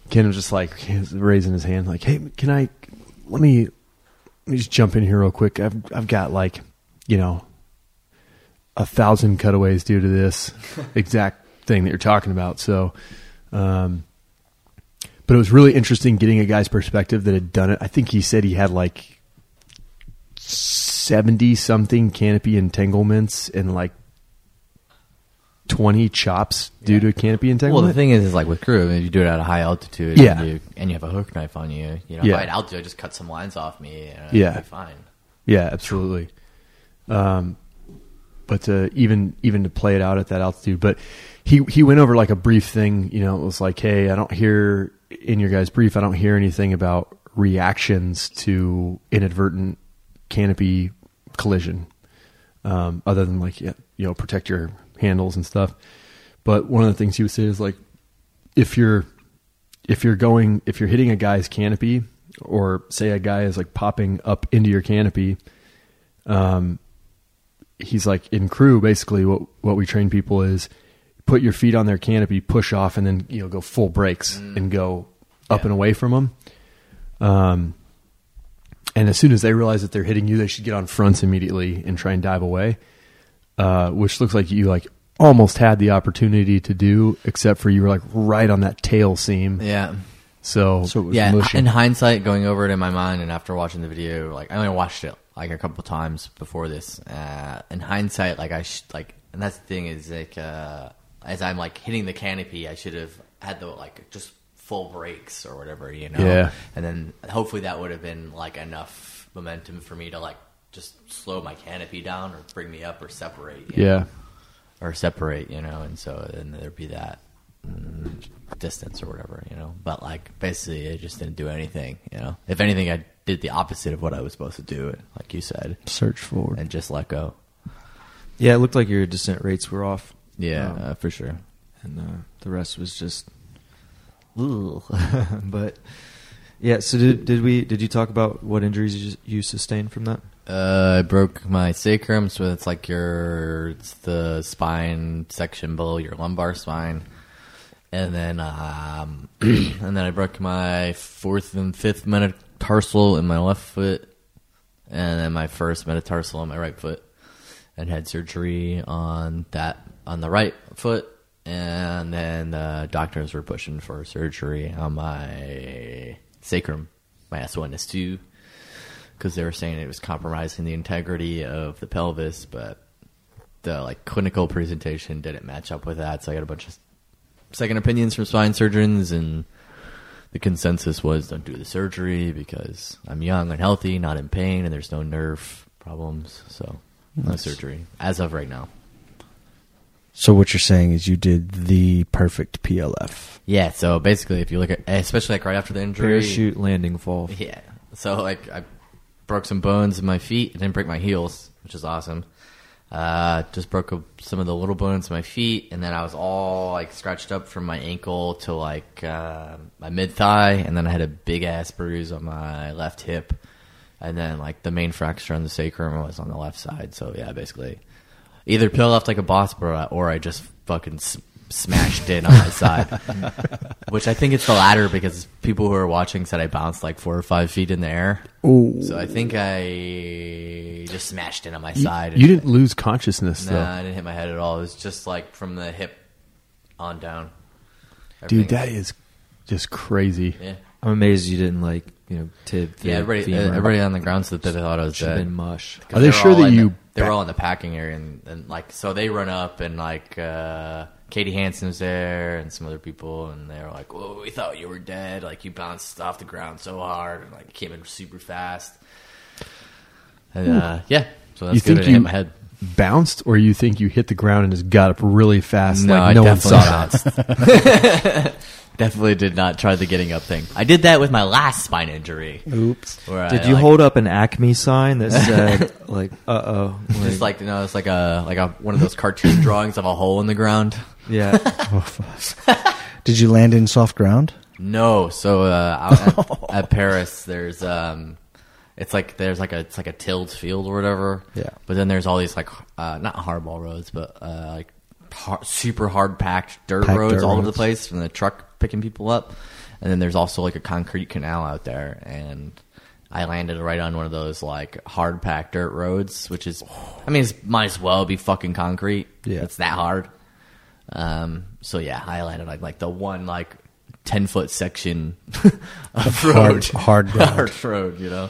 Speaker 5: Ken was just like <laughs> he was raising his hand, like, "Hey, can I? Let me let me just jump in here real quick. I've I've got like, you know, a thousand cutaways due to
Speaker 4: <laughs>
Speaker 5: this exact thing that you're talking about." So, um, but it was really interesting getting a guy's perspective that had done it. I think he said he had like seventy something canopy entanglements and like twenty chops due to canopy entanglement.
Speaker 4: Well, the thing is, is like with crew, if you do it at a high altitude,
Speaker 5: Yeah.
Speaker 4: and you, and you have a hook knife on you, you know,
Speaker 5: Yeah.
Speaker 4: if I had altitude, I'd just cut some lines off me, and I'd
Speaker 5: Yeah.
Speaker 4: be fine.
Speaker 5: Yeah, absolutely. Um, but to even even to play it out at that altitude, but he he went over like a brief thing. You know, it was like, hey, I don't hear in your guys' brief, I don't hear anything about reactions to inadvertent canopy collision, um, other than like you know protect your handles and stuff. But one of the things he would say is like, if you're if you're going if you're hitting a guy's canopy or say a guy is like popping up into your canopy um he's like in crew basically what what we train people is put your feet on their canopy push off and then you know go full brakes and go up
Speaker 4: Yeah.
Speaker 5: and away from them um and as soon as they realize that they're hitting you they should get on fronts immediately and try and dive away uh, which looks like you like almost had the opportunity to do, except for you were like right on that tail seam.
Speaker 4: Yeah.
Speaker 5: So,
Speaker 6: So it was
Speaker 4: Yeah.
Speaker 6: mushy.
Speaker 4: In hindsight, going over it in my mind and after watching the video, like I only watched it like a couple times before this. Uh, in hindsight, like I sh- like, and that's the thing is like, uh, as I'm like hitting the canopy, I should have had the like just full brakes or whatever, you know?
Speaker 5: Yeah.
Speaker 4: And then hopefully that would have been like enough momentum for me to like just slow my canopy down or bring me up or separate. you know?
Speaker 5: yeah,
Speaker 4: or separate, you know, and so then there'd be that mm, distance or whatever, you know. But like basically, it just didn't do anything, you know. If anything, I did the opposite of what I was supposed to do, like you said,
Speaker 6: Search forward.
Speaker 4: and just let go.
Speaker 1: Yeah, it looked like your descent rates were off,
Speaker 4: Yeah,
Speaker 6: Oh.
Speaker 1: Um,
Speaker 4: uh, for sure.
Speaker 1: and uh, the rest was just. <laughs> but yeah, so did did we did you talk about what injuries you, you sustained from that?
Speaker 4: Uh, I broke my sacrum, so it's like your it's the spine section below your lumbar spine, and then um, <clears throat> and then I broke my fourth and fifth metatarsal in my left foot, and then my first metatarsal in my right foot, and had surgery on that on the right foot, and then the doctors were pushing for surgery on my sacrum, my S1, S2, because they were saying it was compromising the integrity of the pelvis, but the like clinical presentation didn't match up with that, so I got a bunch of second opinions from spine surgeons and the consensus was don't do the surgery because I'm young and healthy, not in pain, and there's no nerve problems. So no surgery as of right now.
Speaker 6: So what you're saying is you did the perfect PLF.
Speaker 4: Yeah. So basically, if you look at especially like right after the injury,
Speaker 1: Parachute landing fall.
Speaker 4: <laughs> Yeah. So like I broke some bones in my feet. I didn't break my heels, which is awesome. Uh, just broke a, some of the little bones in my feet, and then I was all like scratched up from my ankle to like uh, my mid thigh, and then I had a big ass bruise on my left hip, and then like the main fracture on the sacrum was on the left side. So yeah, basically, either pill left like a boss, bro, or I just fucking s- smashed in
Speaker 5: <laughs>
Speaker 4: on my side which I think it's the latter because people who are watching said I bounced like four or five feet in the air. So I think I just smashed in on my
Speaker 5: You,
Speaker 4: side.
Speaker 5: you didn't lose consciousness
Speaker 4: No, I didn't hit my head at all. It was just like from the hip on down.
Speaker 5: though, dude.
Speaker 4: Everything-
Speaker 5: That is just crazy.
Speaker 4: yeah.
Speaker 1: I'm amazed you didn't like you know tib.
Speaker 4: Yeah,
Speaker 1: fib,
Speaker 4: everybody,
Speaker 1: femur.
Speaker 4: everybody on the ground said that they thought I was
Speaker 1: should have
Speaker 4: dead.
Speaker 1: been mush.
Speaker 4: 'Cause
Speaker 5: Are they
Speaker 4: were
Speaker 5: sure
Speaker 4: all
Speaker 5: that
Speaker 4: in
Speaker 5: you
Speaker 4: The, they were
Speaker 5: back-
Speaker 4: all in the packing area, and, and like so they run up and like uh, Katie Hansen was there and some other people, and they were like, "Whoa, we thought you were dead! Like you bounced off the ground so hard and like came in super fast." And, uh, yeah, so that's
Speaker 5: you
Speaker 4: good.
Speaker 5: think
Speaker 4: It
Speaker 5: you
Speaker 4: hit my head.
Speaker 5: bounced, or you think you hit the ground and just got up really fast?
Speaker 4: No,
Speaker 5: like
Speaker 4: I
Speaker 5: no one
Speaker 4: definitely
Speaker 5: saw that.
Speaker 4: <laughs> not. definitely did not try the getting up thing. I did that with my last spine injury.
Speaker 6: Oops.
Speaker 4: where
Speaker 1: Did
Speaker 4: I,
Speaker 1: you
Speaker 4: like,
Speaker 1: hold up an Acme sign
Speaker 4: <laughs>
Speaker 1: that said like, "Uh oh"?
Speaker 4: Just like you know, it's like a like a one of those cartoon drawings of a hole in the ground. <laughs>
Speaker 1: yeah,
Speaker 6: <laughs> Did you land in soft ground?
Speaker 4: No, so uh,
Speaker 6: <laughs>
Speaker 4: out at, at Paris, there's um, it's like there's like a it's like a tilled field or whatever.
Speaker 6: Yeah.
Speaker 4: But then there's all these like uh, not hardball roads, but uh, like har super hard packed dirt
Speaker 6: Packed
Speaker 4: roads
Speaker 6: dirt
Speaker 4: all over the
Speaker 6: roads.
Speaker 4: place from the truck picking people up, and then there's also like a concrete canal out there, and I landed right on one of those like hard packed dirt roads, which is, I mean, it's, might as well be fucking concrete.
Speaker 6: Yeah.
Speaker 4: It's that hard. Um, so yeah, I landed on like the one like ten foot section <laughs> of road,
Speaker 6: hard- hard
Speaker 4: <laughs>
Speaker 6: ground.
Speaker 4: hard road, you know.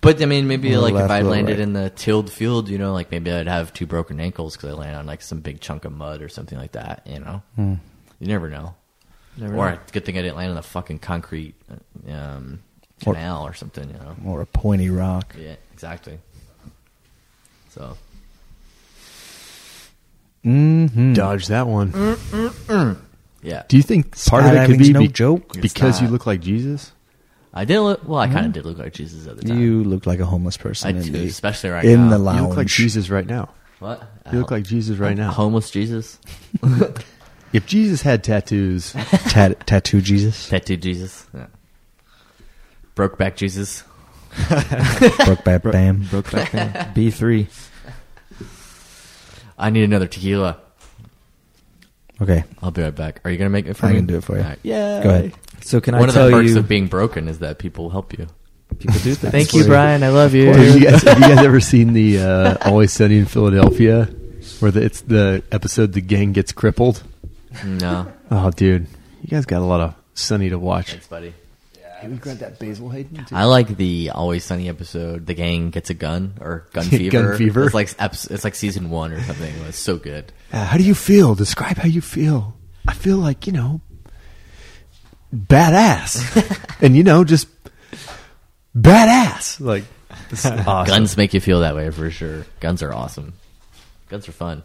Speaker 4: But I mean, maybe
Speaker 6: Little
Speaker 4: like if
Speaker 6: left,
Speaker 4: I
Speaker 6: little
Speaker 4: landed
Speaker 6: right.
Speaker 4: in the tilled field, you know, like maybe I'd have two broken ankles because I landed on like some big chunk of mud or something like that, you know.
Speaker 6: Hmm.
Speaker 4: You never know.
Speaker 1: Never
Speaker 4: or
Speaker 1: know.
Speaker 4: good thing I didn't land on the fucking concrete um, canal or something, you know.
Speaker 6: Or a pointy rock?
Speaker 4: Yeah, exactly. So
Speaker 6: Mm-hmm.
Speaker 5: Dodge that one.
Speaker 4: yeah,
Speaker 5: Do you think part of it could
Speaker 6: Skydiving's
Speaker 5: be
Speaker 6: no
Speaker 5: be-
Speaker 6: joke. It's
Speaker 5: because you
Speaker 4: not.
Speaker 5: look like Jesus?
Speaker 4: I did look. Well, I kind of did look like Jesus at the time.
Speaker 6: Mm-hmm. You look like a homeless
Speaker 4: I
Speaker 6: person. in
Speaker 4: do,
Speaker 6: the,
Speaker 4: especially right
Speaker 6: in
Speaker 4: now.
Speaker 6: the lounge.
Speaker 5: You look like Jesus right now.
Speaker 4: What?
Speaker 5: You look like Jesus right now.
Speaker 4: Homeless Jesus.
Speaker 5: If Jesus had
Speaker 4: <laughs>
Speaker 5: tattoos,
Speaker 6: Tat- tattoo Jesus,
Speaker 4: Tattooed Jesus. Yeah. Broke back Jesus.
Speaker 6: broke by bam.
Speaker 1: broke back
Speaker 4: <laughs>
Speaker 1: down. B three.
Speaker 4: I need another tequila.
Speaker 6: Okay,
Speaker 4: I'll be right back. Are you going to make it for
Speaker 6: I
Speaker 4: me?
Speaker 6: can do it for you.
Speaker 4: All right. Yeah.
Speaker 6: go ahead.
Speaker 1: So can
Speaker 4: One
Speaker 1: I
Speaker 4: of the
Speaker 1: tell
Speaker 4: perks
Speaker 1: you?
Speaker 4: of being broken is that people help you.
Speaker 1: people do things.
Speaker 4: Thank
Speaker 1: for
Speaker 4: you, Brian. I love you.
Speaker 5: have you guys, have you guys ever seen the uh, Always Sunny in Philadelphia, where the, it's the episode the gang gets crippled?
Speaker 4: No.
Speaker 5: Oh, dude, you guys got a lot of Sunny to
Speaker 4: <laughs>
Speaker 5: watch.
Speaker 4: Thanks, buddy.
Speaker 5: Can we grab that Basil Hayden?
Speaker 4: I like the Always Sunny episode. The gang gets a gun or gun
Speaker 5: Gun
Speaker 4: fever.
Speaker 5: fever.
Speaker 4: It's like eps- it's like season one or something. It's so good.
Speaker 5: Uh, how do you feel? Describe how you feel. I feel like you know, <laughs> badass, and you know, just badass. Like
Speaker 4: <laughs>
Speaker 5: this is awesome.
Speaker 4: Guns make you feel that way for sure. Guns are awesome. Guns are fun.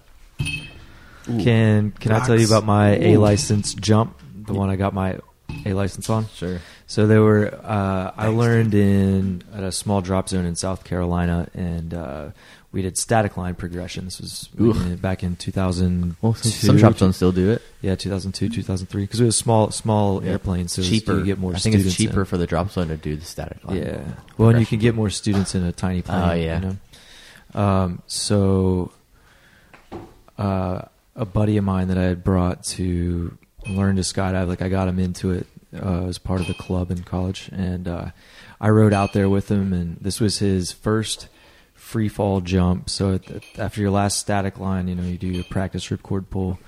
Speaker 1: Can can I tell you
Speaker 5: Rocks.
Speaker 1: about my A
Speaker 5: Ooh.
Speaker 1: license jump? The one I got my A license on.
Speaker 4: Sure.
Speaker 1: So there were. Uh, I learned in at a small drop zone in South Carolina, and uh, we did static line progression. This was
Speaker 4: Oof.
Speaker 1: in- back in 2000.
Speaker 4: Well, Oh, some, some shops don't still do it.
Speaker 1: Yeah, 2002, 2003, because it was small, small airplanes, so
Speaker 4: cheaper.
Speaker 1: you get more.
Speaker 4: I think it's
Speaker 1: students
Speaker 4: cheaper
Speaker 1: in.
Speaker 4: for the drop zone to do the static line.
Speaker 1: Yeah. Well, and you can get more students in a tiny plane.
Speaker 4: Oh, yeah.
Speaker 1: You know? um, so, uh, a buddy of mine that I had brought to learn to skydive, like I got him into it uh, as part of the club in college, and uh, I rode out there with him, and this was his first free fall jump. So at the- after your last static line, you know, you do your practice ripcord pull.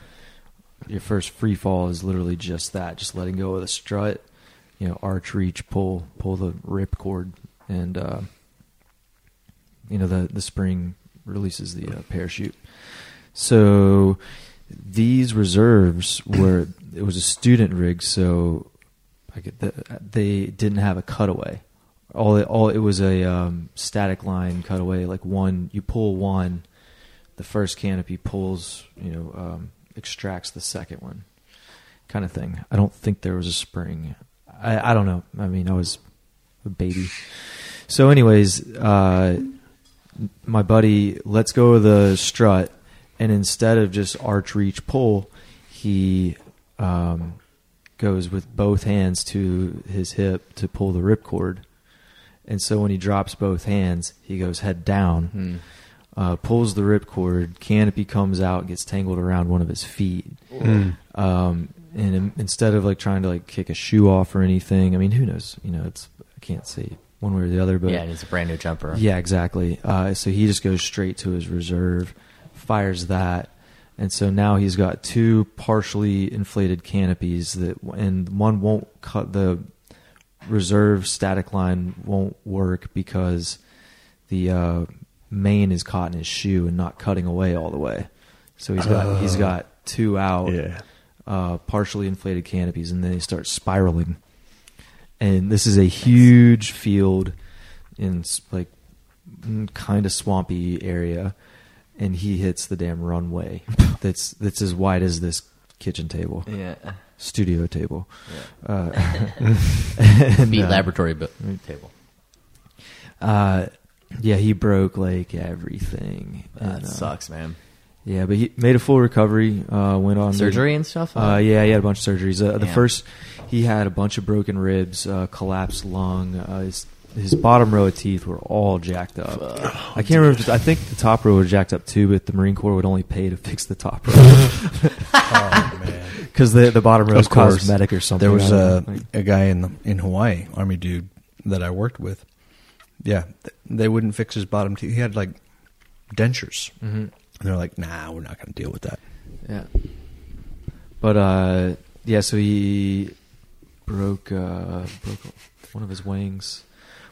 Speaker 1: Your first free fall is literally just that, just letting go of the strut, you know, arch reach, pull, pull the ripcord, and uh, you know the the spring releases the uh, parachute. So these reserves were it was a student rig, so I get the, they didn't have a cutaway. All it, all it was a um, static line cutaway. Like one, you pull one, the first canopy pulls, you know, um, extracts the second one, kind of thing. I don't think there was a spring. I, I don't know. I mean, I was a baby. So, anyways, uh, my buddy lets go of the strut, and instead of just arch reach pull, he um, goes with both hands to his hip to pull the ripcord. And so when he drops both hands, he goes head down, uh, pulls the ripcord, canopy comes out, gets tangled around one of his feet. Um, and in- instead of like trying to like kick a shoe off or anything, I mean, who knows? You know, it's I can't say one way or the other, but
Speaker 4: yeah, and it's a brand new jumper.
Speaker 1: yeah, exactly. Uh, so he just goes straight to his reserve, fires that, and so now he's got two partially inflated canopies that, and one won't cut the reserve static line won't work because the uh, main is caught in his shoe and not cutting away all the way. So he's got he's got two out,
Speaker 5: Yeah.
Speaker 1: uh, partially inflated canopies, and then he starts spiraling and this is a huge field in s- like mm, kind of swampy area and he hits the damn runway <laughs> that's that's as wide as this kitchen table
Speaker 4: yeah.
Speaker 1: studio table
Speaker 4: <laughs>
Speaker 1: <laughs>
Speaker 4: Be laboratory bu- table.
Speaker 1: uh yeah he broke like everything
Speaker 4: Ah, That
Speaker 1: And, uh,
Speaker 4: sucks, man.
Speaker 1: yeah but he made a full recovery uh went on
Speaker 4: Surgery and stuff.
Speaker 1: Uh, yeah, he had a bunch of surgeries. Uh, the
Speaker 4: Yeah.
Speaker 1: first, he had a bunch of broken ribs, uh, collapsed lung. Uh, his, his bottom row of teeth were all jacked up. I can't remember. If, I think the top row was jacked up too, but the Marine Corps would only pay to fix the top row. Because the the bottom row
Speaker 5: Of
Speaker 1: is
Speaker 5: course.
Speaker 1: cosmetic or something.
Speaker 6: There was
Speaker 1: I don't
Speaker 6: a
Speaker 1: know, like-
Speaker 6: a guy in the, in Hawaii, army dude that I worked with. Yeah, th- they wouldn't fix his bottom teeth. He had like dentures. And they're like, "Nah, we're not going to deal with that."
Speaker 1: mm-hmm. Yeah. But uh yeah, so he broke uh broke one of his wings.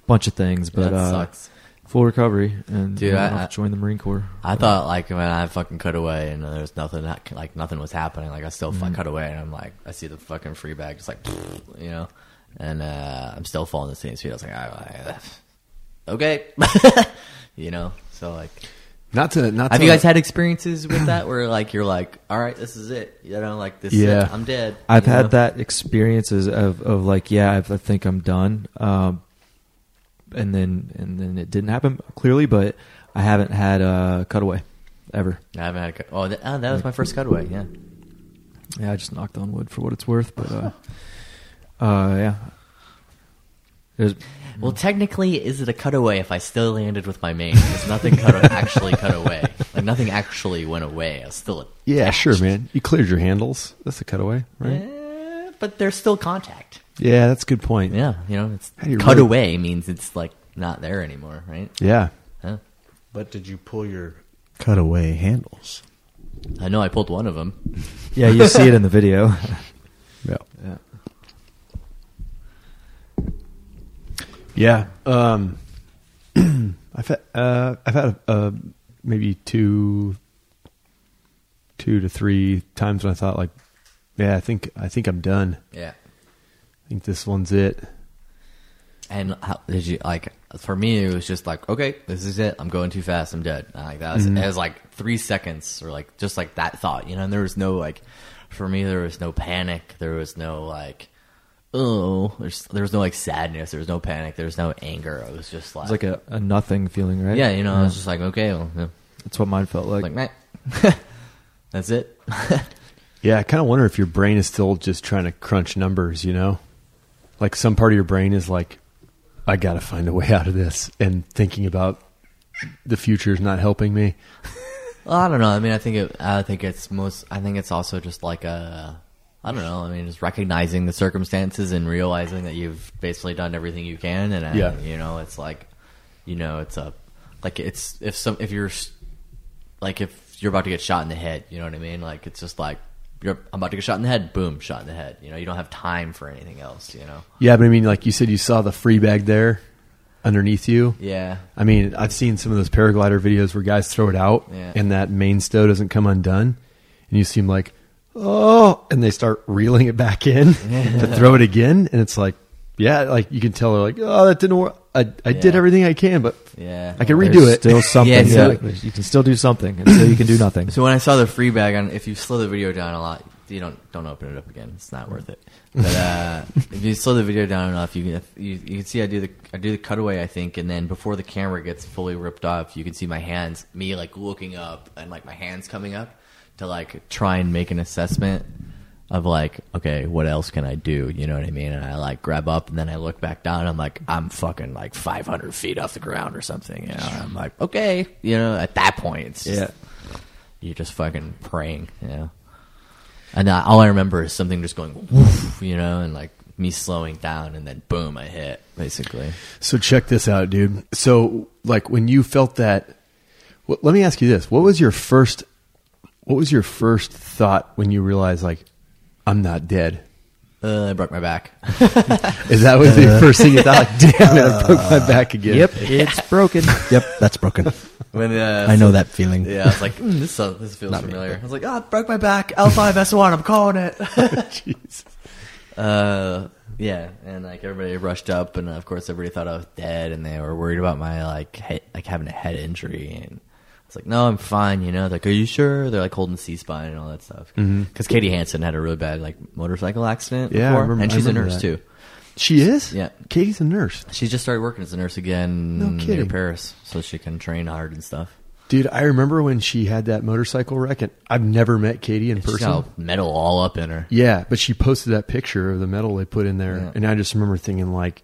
Speaker 1: Bunch of things, but
Speaker 4: That
Speaker 1: uh
Speaker 4: sucks.
Speaker 1: full recovery and
Speaker 4: Dude,
Speaker 1: went
Speaker 4: I-
Speaker 1: off
Speaker 4: I-
Speaker 1: to join the Marine Corps.
Speaker 4: I thought like when I fucking cut away and there was nothing that- like nothing was happening. Like I still
Speaker 1: Mm.
Speaker 4: fuck cut away and I'm like I see the fucking free bag just like <sniffs> you know, and uh, I'm still falling the same speed. I was like, I, I, okay, <laughs> you know. So like,
Speaker 5: Not to not.
Speaker 4: have
Speaker 5: to,
Speaker 4: you guys had experiences with that where like you're like, all right, this is it. You know, like this. is it.
Speaker 5: Yeah.
Speaker 4: I'm dead.
Speaker 1: I've
Speaker 4: you
Speaker 1: had
Speaker 4: know?
Speaker 1: that experiences of of like, yeah, I've, I think I'm done. Um, and then and then it didn't happen clearly, but I haven't had a cutaway ever.
Speaker 4: I haven't had. A cut- oh, that, oh, that was my first cutaway. Yeah.
Speaker 5: Mm-hmm.
Speaker 1: Yeah, I just knocked on wood for what it's worth, but <laughs> uh, uh yeah. There's
Speaker 4: Well, technically, is it a cutaway if I still landed with my main? Because nothing cut actually cut away. Like nothing actually went away. I was still
Speaker 5: Yeah, sure, man. You cleared your handles. That's a cutaway, right?
Speaker 4: Eh, but there's still contact.
Speaker 5: Yeah, that's a good point.
Speaker 4: Yeah, you know, it's
Speaker 5: How do you
Speaker 4: cut
Speaker 5: really-
Speaker 4: away means it's like not there anymore, right?
Speaker 5: Yeah.
Speaker 4: Huh?
Speaker 6: But did you pull your cutaway handles?
Speaker 4: I know I pulled one of them.
Speaker 1: yeah, you see it in the video. <laughs>
Speaker 5: Yeah.
Speaker 1: yeah.
Speaker 5: Yeah. Um, <clears throat> I've had, uh, I've had uh, maybe two, two to three times when I thought like, yeah, I think I think I'm done.
Speaker 4: Yeah.
Speaker 5: I think this one's it.
Speaker 4: And how did you like? For me, it was just like, okay, this is it. I'm going too fast. I'm dead. And, Like that was it was like three seconds or like just like that thought, you know. And there was no like, for me, there was no panic. There was no like, oh, there's, there was no like sadness. There was no panic. There was no anger. It was just like,
Speaker 1: It's like a, a nothing feeling, right?
Speaker 4: yeah, you know. I was just like, okay, well, yeah.
Speaker 1: that's what mine felt like.
Speaker 4: like meh. <laughs> that's it.
Speaker 5: Yeah, I kind of wonder if your brain is still just trying to crunch numbers. You know, like some part of your brain is like, I got to find a way out of this, and thinking about the future is not helping me.
Speaker 4: Well, I don't know. I mean, I think it, I think it's most. I think it's also just like a. I don't know. I mean, just recognizing the circumstances and realizing that you've basically done everything you can, and uh,
Speaker 5: Yeah.
Speaker 4: you know, it's like, you know, it's a like it's if some if you're s- like if you're about to get shot in the head, you know what I mean? Like it's just like you're I'm about to get shot in the head, boom, shot in the head. You know, you don't have time for anything else. You know?
Speaker 5: Yeah, but I mean, like you said, you saw the free bag there underneath you.
Speaker 4: Yeah.
Speaker 5: I mean, I've seen some of those paraglider videos where guys throw it out
Speaker 4: Yeah.
Speaker 5: and that main stow doesn't come undone. And you seem like, oh, and they start reeling it back
Speaker 4: <laughs>
Speaker 5: in to throw it again. And it's like, yeah, like you can tell they're like, oh, that didn't work. I, I did
Speaker 4: Yeah.
Speaker 5: everything I can, but
Speaker 4: Yeah.
Speaker 5: I can
Speaker 1: There's
Speaker 5: redo it. <laughs>
Speaker 1: Still something.
Speaker 4: Yeah, so-
Speaker 1: yeah. You can still do something until you can do nothing.
Speaker 4: So when I saw the free bag on, if you slow the video down a lot, you don't don't open it up again. It's not worth it. But uh, if you slow the video down enough, you can if you, you can see I do the I do the cutaway, I think, and then before the camera gets fully ripped off, you can see my hands, me like looking up and like my hands coming up to like try and make an assessment of like, okay, what else can I do? You know what I mean? And I like grab up and then I look back down. And I'm like, I'm fucking like 500 feet off the ground or something. You know, and I'm like, okay, you know, at that point, it's just,
Speaker 5: Yeah.
Speaker 4: you're just fucking praying, you know. And uh, all I remember is something just going, woof, you know, and like me slowing down, and then boom, I hit basically.
Speaker 5: So check this out, dude. So like when you felt that, wh- let me ask you this: What was your first? What was your first thought when you realized like, I'm not dead?
Speaker 4: Uh, I broke my back.
Speaker 5: Is that what the first thing you thought? Like, damn it, I broke my back again.
Speaker 1: Yep,
Speaker 4: <laughs>
Speaker 1: it's broken.
Speaker 6: Yep, that's broken.
Speaker 4: When uh,
Speaker 6: I know that feeling.
Speaker 4: Yeah, I was like, mm, this sounds, this feels familiar. I was like, ah, oh, broke my back. L five S one. I'm calling
Speaker 5: <laughs>
Speaker 4: it. <laughs>
Speaker 5: Jeez.
Speaker 4: uh, yeah, and like everybody rushed up, and of course everybody thought I was dead, and they were worried about my like head, like having a head injury, and I was like, no, I'm fine. You know, They're like, are you sure? They're like holding C spine and all that stuff. Because Katie Hansen had a really bad like motorcycle accident.
Speaker 5: Mm-hmm. Yeah, I
Speaker 4: before,
Speaker 5: remember-
Speaker 4: and
Speaker 5: I
Speaker 4: she's a
Speaker 5: remember
Speaker 4: nurse
Speaker 5: that.
Speaker 4: too.
Speaker 5: She is.
Speaker 4: Yeah.
Speaker 5: Katie's a nurse,
Speaker 4: She just started working as a nurse again
Speaker 5: No
Speaker 4: near
Speaker 5: kidding.
Speaker 4: Paris, so she can train hard and stuff.
Speaker 5: dude. I remember when she had that motorcycle wreck, and I've never met Katie in
Speaker 4: She's
Speaker 5: person.
Speaker 4: got metal all up in her.
Speaker 5: Yeah, but she posted that picture of the metal they put in there,
Speaker 4: Yeah.
Speaker 5: and I just remember thinking like,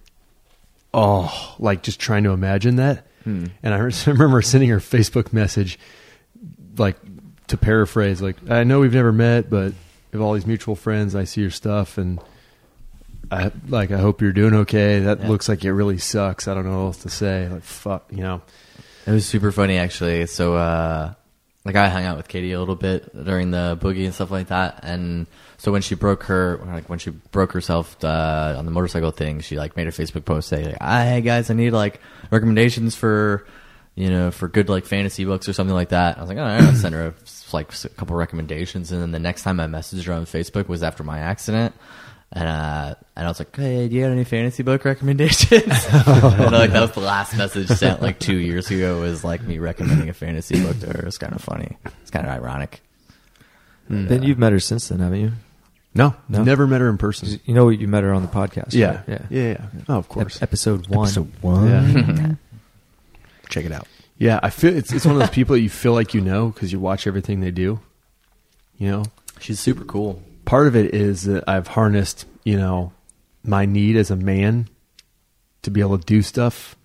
Speaker 5: oh, like just trying to imagine that. And I <laughs> remember sending her a Facebook message, like to paraphrase, like I know we've never met, but we have all these mutual friends. I see your stuff, and I like I hope you're doing okay. That
Speaker 4: Yeah.
Speaker 5: looks like it really sucks. I don't know what else to say. Like fuck, you know.
Speaker 4: It was super funny actually. So uh like I hung out with Katie a little bit during the boogie and stuff like that and so when she broke her like when she broke herself uh, on the motorcycle thing, she like made a Facebook post saying like, "Ah, "Hey guys, I need like recommendations for you know, for good like fantasy books or something like that. I was like, all right, I'll send her a, like a couple recommendations. And then the next time I messaged her on Facebook was after my accident. And uh, and I was like, hey, do you have any fantasy book recommendations? and like that was the last message sent like two years ago was like me recommending a fantasy book to her. It's kind of funny. It's kind of ironic. uh,
Speaker 1: Then you've met her since then, haven't you?
Speaker 5: No,
Speaker 1: No.
Speaker 5: never met her in person.
Speaker 1: You know you met her on the podcast.
Speaker 5: Yeah.
Speaker 1: right?
Speaker 5: Yeah.
Speaker 1: yeah.
Speaker 5: yeah, Oh, of course.
Speaker 1: Ep- episode one.
Speaker 6: Episode one.
Speaker 5: Yeah.
Speaker 6: Check it out.
Speaker 5: Yeah, I feel it's it's one of those people that you feel like you know because you watch everything they do. You know,
Speaker 4: She's super cool.
Speaker 5: part of it is that I've harnessed you know my need as a man to be able to do stuff.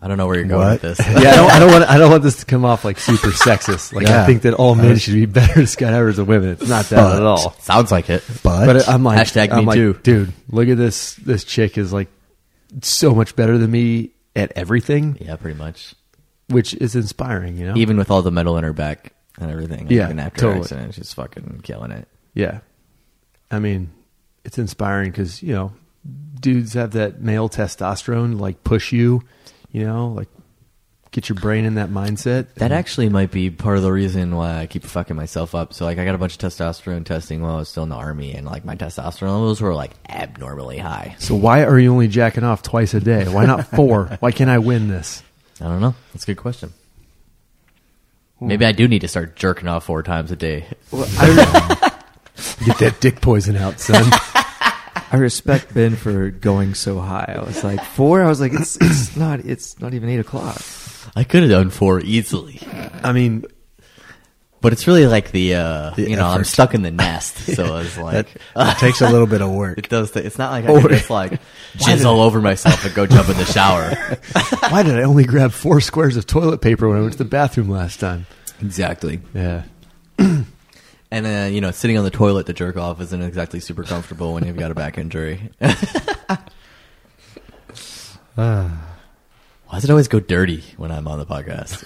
Speaker 4: I don't know where you're going
Speaker 6: What?
Speaker 4: with this.
Speaker 5: <laughs> Yeah, I don't, I don't want I don't want this to come off like super sexist. Like I
Speaker 6: Yeah.
Speaker 5: think that all men should be better skydivers than women. It's not that at
Speaker 6: But-
Speaker 5: all.
Speaker 4: Sounds like it.
Speaker 6: But,
Speaker 5: But I'm like,
Speaker 4: Hashtag
Speaker 5: I'm
Speaker 4: me
Speaker 5: like,
Speaker 4: too.
Speaker 5: dude. Look at this. This chick is like so much better than me at everything,
Speaker 4: Yeah, pretty much.
Speaker 5: which is inspiring. You know,
Speaker 4: Even with all the metal in her back and everything. like,
Speaker 5: Yeah,
Speaker 4: even after her
Speaker 5: totally.
Speaker 4: accident, she's fucking killing it.
Speaker 5: Yeah. I mean, it's inspiring because, you know, dudes have that male testosterone, like push you, you know, like get your brain in that mindset.
Speaker 4: That actually might be part of the reason why I keep fucking myself up. So like I got a bunch of testosterone testing while I was still in the army and like my testosterone levels were like abnormally high.
Speaker 5: so why are you only jacking off twice a day? Why not four? why can't I win this?
Speaker 4: I don't know. That's a good question. Maybe I do need to start jerking off four times a day.
Speaker 5: Get that dick poison out, son.
Speaker 1: I respect Ben for going so high. I was like four. I was like, it's it's not it's not even eight o'clock.
Speaker 4: I could have done four easily.
Speaker 5: I mean,
Speaker 4: But it's really like the, uh,
Speaker 6: The
Speaker 4: you know, I'm
Speaker 6: effort.
Speaker 4: stuck in the
Speaker 6: <laughs>
Speaker 4: nest. So it's like,
Speaker 6: That, that takes a little bit
Speaker 5: <laughs>
Speaker 6: of work.
Speaker 4: it does, th- it's not like I can just like jizz all over myself and go jump in the
Speaker 6: <laughs>
Speaker 4: shower.
Speaker 5: why did I only grab four squares of toilet paper when I went to the bathroom last time?
Speaker 4: exactly.
Speaker 5: Yeah.
Speaker 4: And uh, you know, sitting on the toilet to jerk off isn't exactly super comfortable when <laughs> Ah. you've got a back injury. Why does it always go dirty when I'm on the podcast?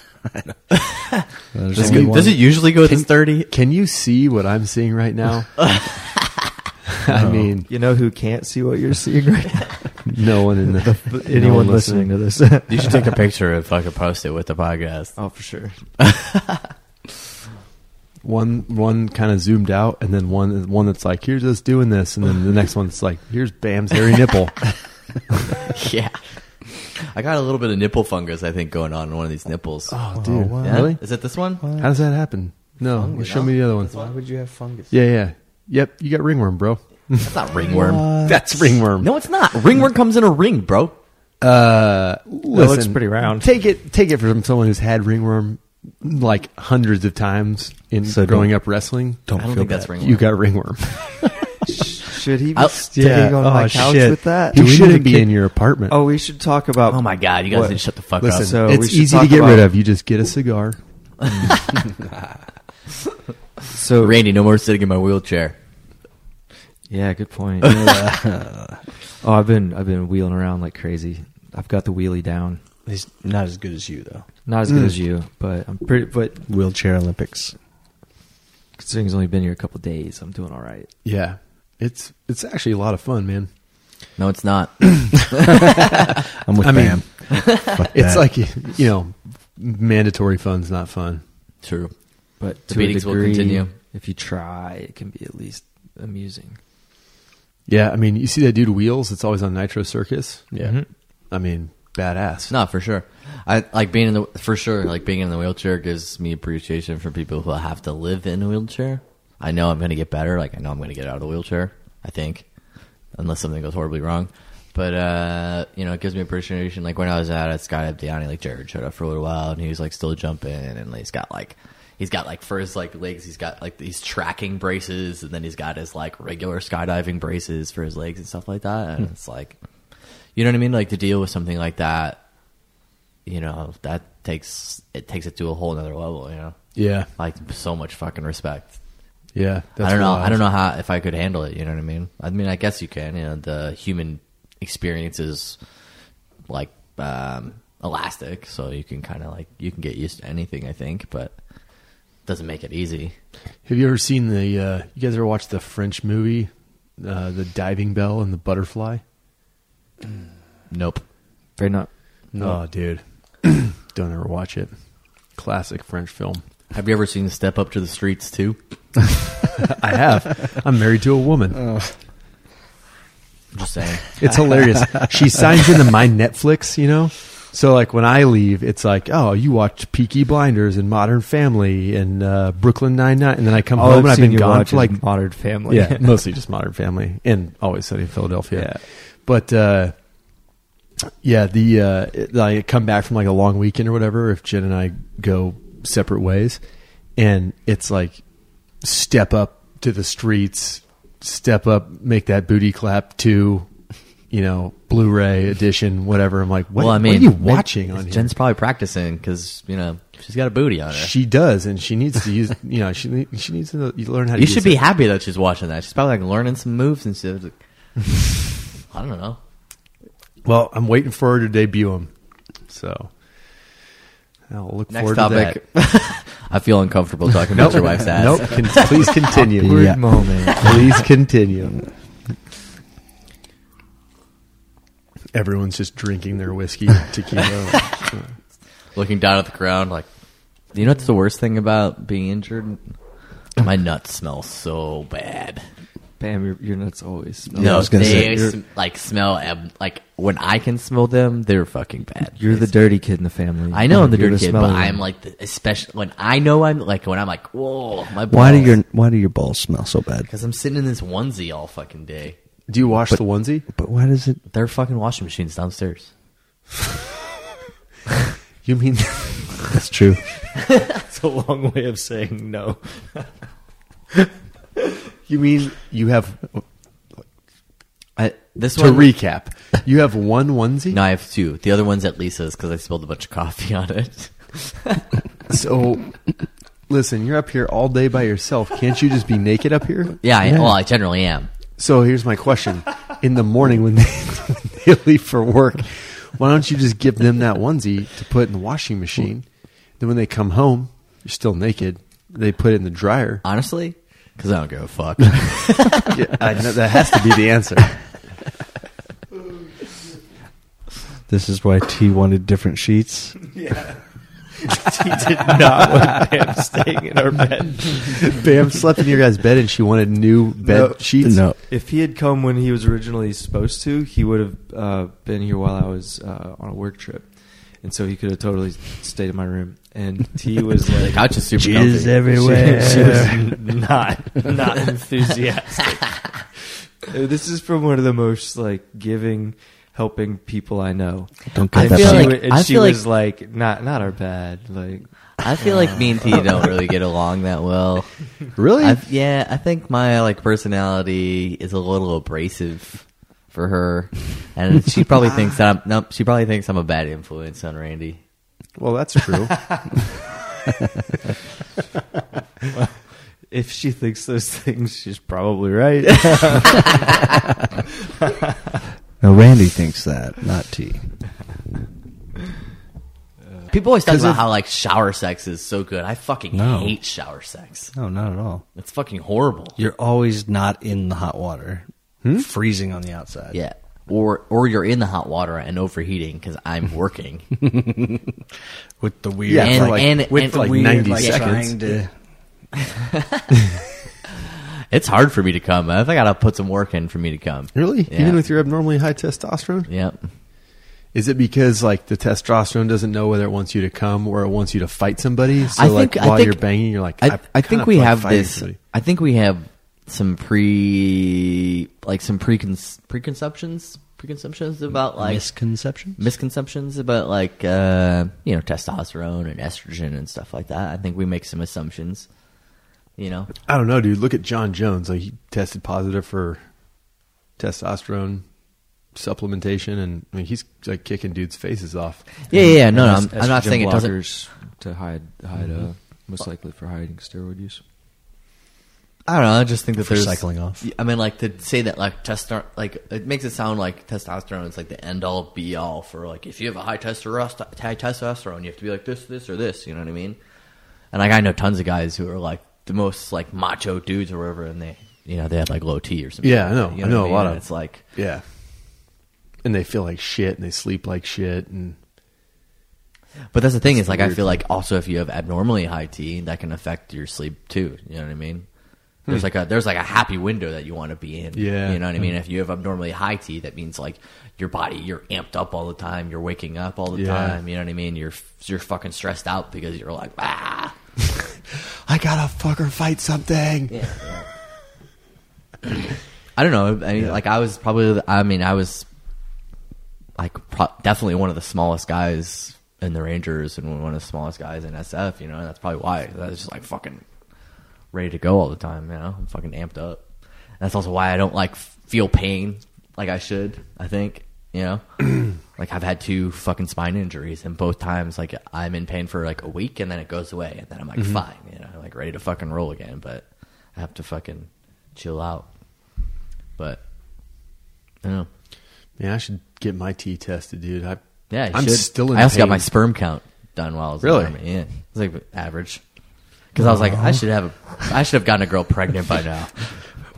Speaker 6: There's
Speaker 4: Does,
Speaker 6: only
Speaker 4: it, does
Speaker 6: one-
Speaker 4: it usually go this dirty?
Speaker 5: Can you see what I'm seeing right <laughs> now? I mean,
Speaker 1: You know who can't see what you're seeing right now?
Speaker 5: no one in the no one
Speaker 1: Anyone listening to this?
Speaker 4: <laughs> You should take a picture and fucking post it with the podcast.
Speaker 1: oh, for sure.
Speaker 5: One one kind of zoomed out, and then one one that's like, "Here's us doing this," and then the next one's like, "Here's Bam's hairy nipple."
Speaker 4: <laughs> yeah. I got a little bit of nipple fungus, I think, going on in one of these nipples.
Speaker 5: oh, dude,
Speaker 6: wow.
Speaker 4: Yeah?
Speaker 5: really?
Speaker 4: Is it this one?
Speaker 5: How does that happen? No,
Speaker 4: Fungus.
Speaker 5: show me the other one.
Speaker 4: That's why
Speaker 6: would you have fungus?
Speaker 5: Yeah, yeah, yep. You got ringworm, bro.
Speaker 4: It's not ringworm.
Speaker 5: That's ringworm.
Speaker 4: No, it's not. Ringworm comes in a ring, bro.
Speaker 5: Uh, listen,
Speaker 1: looks pretty round.
Speaker 5: Take it, take it from someone who's had ringworm like hundreds of times in
Speaker 6: So
Speaker 5: growing
Speaker 6: don't-
Speaker 5: up wrestling.
Speaker 6: Don't
Speaker 4: I don't
Speaker 6: feel
Speaker 4: think
Speaker 6: bad.
Speaker 4: that's ringworm.
Speaker 5: You got ringworm.
Speaker 1: Should he be
Speaker 4: I'll-
Speaker 1: staying
Speaker 6: yeah.
Speaker 1: on my
Speaker 6: Oh,
Speaker 1: couch
Speaker 6: shit.
Speaker 1: with that?
Speaker 5: You
Speaker 6: we need to
Speaker 5: shouldn't be
Speaker 6: kick-
Speaker 5: in your apartment.
Speaker 1: Oh, we should talk about.
Speaker 4: Oh my god, you guys
Speaker 1: What?
Speaker 4: need to shut the fuck
Speaker 5: listen,
Speaker 4: up.
Speaker 1: so we
Speaker 5: it's
Speaker 1: should
Speaker 5: easy to
Speaker 1: talk
Speaker 5: get rid
Speaker 1: about-
Speaker 5: of. You just get a cigar.
Speaker 1: So
Speaker 4: Randy, no more sitting in my wheelchair.
Speaker 1: yeah, good point. <laughs> oh, I've been I've been wheeling around like crazy. I've got the wheelie down.
Speaker 6: He's not as good as you though.
Speaker 1: Not
Speaker 7: Mm.
Speaker 1: as good as you, but I'm pretty. But
Speaker 6: Wheelchair Olympics.
Speaker 1: considering he's only been here a couple days, I'm doing all right.
Speaker 5: Yeah, it's it's actually a lot of fun, man.
Speaker 4: No, it's <coughs> not.
Speaker 6: I'm with
Speaker 5: I mean,
Speaker 6: Bam. Fuck
Speaker 5: <laughs> It's
Speaker 6: that.
Speaker 5: like you know, mandatory fun's not fun.
Speaker 4: True.
Speaker 1: But
Speaker 4: The
Speaker 1: to a
Speaker 4: beatings will
Speaker 1: degree,
Speaker 4: continue.
Speaker 1: if you try, it can be at least amusing.
Speaker 5: Yeah, I mean, you see that dude wheels? It's always on Nitro Circus.
Speaker 4: Yeah.
Speaker 1: Mhm.
Speaker 5: I mean, badass.
Speaker 4: No, for sure. I like being in the for sure. Like being in the wheelchair gives me appreciation for people who have to live in a wheelchair. I know I'm going to get better. Like I know I'm going to get out of the wheelchair. I think, unless something goes horribly wrong. But uh, you know, it gives me appreciation. Like when I was out at Skydive Downey, like Jared showed up for a little while, and he was like still jumping, and he's got like. He's got like for his like legs, he's got like these tracking braces, and then he's got his like regular skydiving braces for his legs and stuff like that. And it's like, you know what I mean? Like to deal with something like that, you know that takes it takes it to a whole another level you know
Speaker 5: Yeah,
Speaker 4: like so much fucking respect
Speaker 5: yeah.
Speaker 4: i don't know i don't know how if i could handle it you know what i mean i mean i guess you can you know the human experience is like um elastic so you can kind of like you can get used to anything i think but doesn't make it easy
Speaker 5: Have you ever seen the? Uh, you guys ever watched the French movie, uh, the Diving Bell and the Butterfly?
Speaker 4: nope
Speaker 1: Very not.
Speaker 5: No, Oh, dude, <clears throat> don't ever watch it. Classic French film. <laughs>
Speaker 4: have you ever seen step up to the streets too
Speaker 5: I have. I'm married to a woman.
Speaker 4: Oh, I'm just saying
Speaker 5: It's hilarious.
Speaker 1: <laughs>
Speaker 5: she signs into my Netflix, you know. So like when I leave, it's like, oh, you watched Peaky Blinders and Modern Family and uh, Brooklyn Nine Nine, and then I come
Speaker 1: All
Speaker 5: home
Speaker 1: I've
Speaker 5: and I've
Speaker 1: seen
Speaker 5: been
Speaker 1: you
Speaker 5: gone
Speaker 1: watch
Speaker 5: for
Speaker 1: is
Speaker 5: like
Speaker 1: Modern Family.
Speaker 5: yeah,
Speaker 1: <laughs>
Speaker 5: mostly just Modern Family and Always Sunny in Philadelphia. But uh, yeah, the uh, it- like, I come back from like a long weekend or whatever. If Jen and I go separate ways, and it's like step up to the streets, step up, make that booty clap to, you know, Blu-ray edition, whatever. I'm like, what,
Speaker 4: <laughs> well i mean
Speaker 5: what are you watching on here?
Speaker 4: jen's probably practicing because you know she's got a booty on her
Speaker 5: she does, and she needs to use. You know, she need- she needs to learn how to.
Speaker 4: You
Speaker 5: use
Speaker 4: should
Speaker 5: it.
Speaker 4: be happy that she's watching that. She's probably like learning some moves and shit. Like, I don't know.
Speaker 5: Well, I'm waiting for her to debut him. So I'll look
Speaker 4: Next
Speaker 5: forward
Speaker 4: topic.
Speaker 5: to
Speaker 4: <laughs> I feel uncomfortable talking
Speaker 5: that.
Speaker 4: about your wife's ass.
Speaker 5: <laughs> Nope. Can, please
Speaker 4: <laughs>
Speaker 5: continue.
Speaker 1: Weird moment.
Speaker 5: Please continue. Everyone's just drinking
Speaker 4: <laughs>
Speaker 5: their whiskey tequila.
Speaker 4: Looking down at the ground, like, you know what's the worst thing about being injured? My nuts smell so bad.
Speaker 1: Bam, your, your nuts
Speaker 7: <laughs>
Speaker 1: always smell.
Speaker 4: No,
Speaker 6: was gonna
Speaker 4: they
Speaker 6: say,
Speaker 4: sm- like smell ab- like when I can smell them, they're fucking bad.
Speaker 1: You're the dirty kid in the family.
Speaker 4: I know I'm the
Speaker 1: You're
Speaker 4: dirty kid, but
Speaker 1: smelly
Speaker 4: I'm
Speaker 1: one. <laughs>
Speaker 4: like, the, especially when I know I'm like when I'm like, whoa, my balls.
Speaker 6: why do your why do your balls smell so bad?
Speaker 4: Because I'm sitting in this onesie all fucking day.
Speaker 5: Do you wash the onesie?
Speaker 6: But why does it?
Speaker 4: Their fucking washing machines downstairs.
Speaker 5: You mean
Speaker 6: That's true.
Speaker 1: It's a long way of saying no.
Speaker 5: you mean you have
Speaker 4: I, this
Speaker 5: to
Speaker 4: one, <laughs>
Speaker 5: recap? You have one onesie.
Speaker 4: no, I have two. The other one's at Lisa's because I spilled a bunch of coffee on it. <laughs>
Speaker 5: So listen, you're up here all day by yourself. Can't you just be naked up here?
Speaker 4: Yeah, I, well, I generally am.
Speaker 5: <laughs> So here's my question: In the morning, when they, when they leave for work, Why don't you just give them that onesie to put in the washing machine? Then when they come home, you're still naked. They put it in the dryer.
Speaker 4: Honestly, because I don't give
Speaker 1: <laughs>
Speaker 4: a fuck.
Speaker 5: Yeah, I know, that has to be the answer.
Speaker 6: This is why T wanted different sheets.
Speaker 7: he did not want Pam staying in our
Speaker 1: <laughs>
Speaker 7: bed.
Speaker 5: <laughs> Bam slept in your guy's bed and she wanted new bed
Speaker 1: No.
Speaker 5: sheets.
Speaker 6: No,
Speaker 1: If he had come when he was originally supposed to, he would have uh, been here while I was uh, on a work trip, and so he could have totally stayed in my room. And T was
Speaker 4: the
Speaker 1: like,
Speaker 4: couch is super
Speaker 6: jizz
Speaker 4: comfy.
Speaker 6: everywhere.
Speaker 1: She- she was- <laughs>
Speaker 7: Not, not enthusiastic.
Speaker 1: Uh, "This is from one of the most like giving, helping people I know."
Speaker 6: Don't
Speaker 4: I
Speaker 6: get that.
Speaker 4: feel
Speaker 1: she,
Speaker 6: back.
Speaker 4: like-
Speaker 1: wa- and
Speaker 4: I
Speaker 1: she
Speaker 4: feel like-
Speaker 1: was like, "Not, not our bad." Like,
Speaker 4: I feel like me and T don't really get along that well.
Speaker 5: Really?
Speaker 4: I, yeah, I think my like personality is a little abrasive for her, and she probably thinks that I'm nope. She probably thinks I'm a bad influence on Randy.
Speaker 5: well,
Speaker 1: <laughs>
Speaker 5: that's true.
Speaker 1: if she thinks those things, she's probably right.
Speaker 6: No, Randy thinks that, not T.
Speaker 4: People always talk
Speaker 5: 'Cause
Speaker 4: about
Speaker 5: if-
Speaker 4: how like shower sex is so good. I fucking
Speaker 6: No.
Speaker 4: hate shower sex.
Speaker 6: No, not at all.
Speaker 4: It's fucking horrible.
Speaker 6: You're always not in the hot water, freezing on the outside.
Speaker 4: Yeah. Or or you're in the hot water and overheating because
Speaker 5: <laughs>
Speaker 4: I'm working.
Speaker 6: with the weird,
Speaker 5: Yeah,
Speaker 4: and,
Speaker 5: for like-
Speaker 4: and,
Speaker 5: with
Speaker 4: and
Speaker 5: like
Speaker 6: weird,
Speaker 5: 90
Speaker 6: like,
Speaker 5: seconds.
Speaker 6: trying to-
Speaker 4: it's hard for me to come. I think I gotta put some work in for me to come.
Speaker 5: really?
Speaker 4: Yeah.
Speaker 5: Even with your abnormally high testosterone?
Speaker 4: Yep.
Speaker 5: Is it because like the testosterone doesn't know whether it wants you to come or it wants you to fight somebody? So like while you're banging, you're like,
Speaker 4: I, I
Speaker 5: kinda
Speaker 4: think we
Speaker 5: feel like
Speaker 4: have
Speaker 5: fighting
Speaker 4: this.
Speaker 5: somebody.
Speaker 4: I think we have some pre, like some precon, preconceptions, preconceptions about like
Speaker 6: misconception.
Speaker 4: misconceptions about like uh, you know testosterone and estrogen and stuff like that. I think we make some assumptions. You know,
Speaker 5: I don't know, dude. Look at John Jones. Like he tested positive for testosterone supplementation, and I mean, he's like kicking dudes' faces off.
Speaker 4: yeah, yeah, yeah. no, no, I'm,
Speaker 1: Estrogen
Speaker 4: I'm not saying it doesn't.
Speaker 1: blockers to hide, hide, uh, most likely for hiding steroid use.
Speaker 4: I don't know. I just think that
Speaker 6: For
Speaker 4: there's
Speaker 6: cycling off.
Speaker 4: I mean, like to say that like testosterone, like it makes it sound like testosterone is like the end all be all for like if you have a high testosterone, high testosterone, you have to be like this, this, or this. You know what I mean? And like I know tons of guys who are like the most like macho dudes or whatever, and they you know they have like low T or something.
Speaker 5: Yeah, I know.
Speaker 4: You
Speaker 5: I know
Speaker 4: what
Speaker 5: a lot
Speaker 4: And
Speaker 5: of-
Speaker 4: it's like
Speaker 5: Yeah, and they feel like shit, and they sleep like shit, and
Speaker 4: But that's the thing
Speaker 5: That's
Speaker 4: is like
Speaker 5: the
Speaker 4: I
Speaker 5: weird
Speaker 4: feel like also if you have abnormally high T, that can affect your sleep too. You know what I mean? There's like a there's like a happy window that you want to be in.
Speaker 5: Hmm. Yeah. Hmm.
Speaker 4: You know what I mean? If you have abnormally high T, that means like your body you're amped up all the time, you're waking up all the
Speaker 5: Yeah.
Speaker 4: time. You know what I mean? You're you're fucking stressed out because you're like ah.
Speaker 5: I gotta fuck or fight something.
Speaker 4: I don't know. I mean, like I was probably. the- I mean, I was like pro- definitely one of the smallest guys in the Rangers and one of the smallest guys in SF. You know, and that's probably why I was just like fucking ready to go all the time. You know, I'm fucking amped up. And that's also why I don't like feel pain like I should. I think you know, like I've had two fucking spine injuries, and both times like I'm in pain for like a week, and then it goes away, and then I'm like fine. You know, like ready to fucking roll again, but I have to fucking chill out. But I don't know.
Speaker 5: Man, I should get my T tested, dude. I
Speaker 4: Yeah, you
Speaker 5: I'm
Speaker 4: should.
Speaker 5: still in
Speaker 4: I also
Speaker 5: pain.
Speaker 4: got my sperm count done while I was
Speaker 5: Really?
Speaker 4: in the army. Yeah, it was like average. Because I was like, I should have, a, I should have gotten a girl pregnant by
Speaker 5: <laughs>
Speaker 4: now.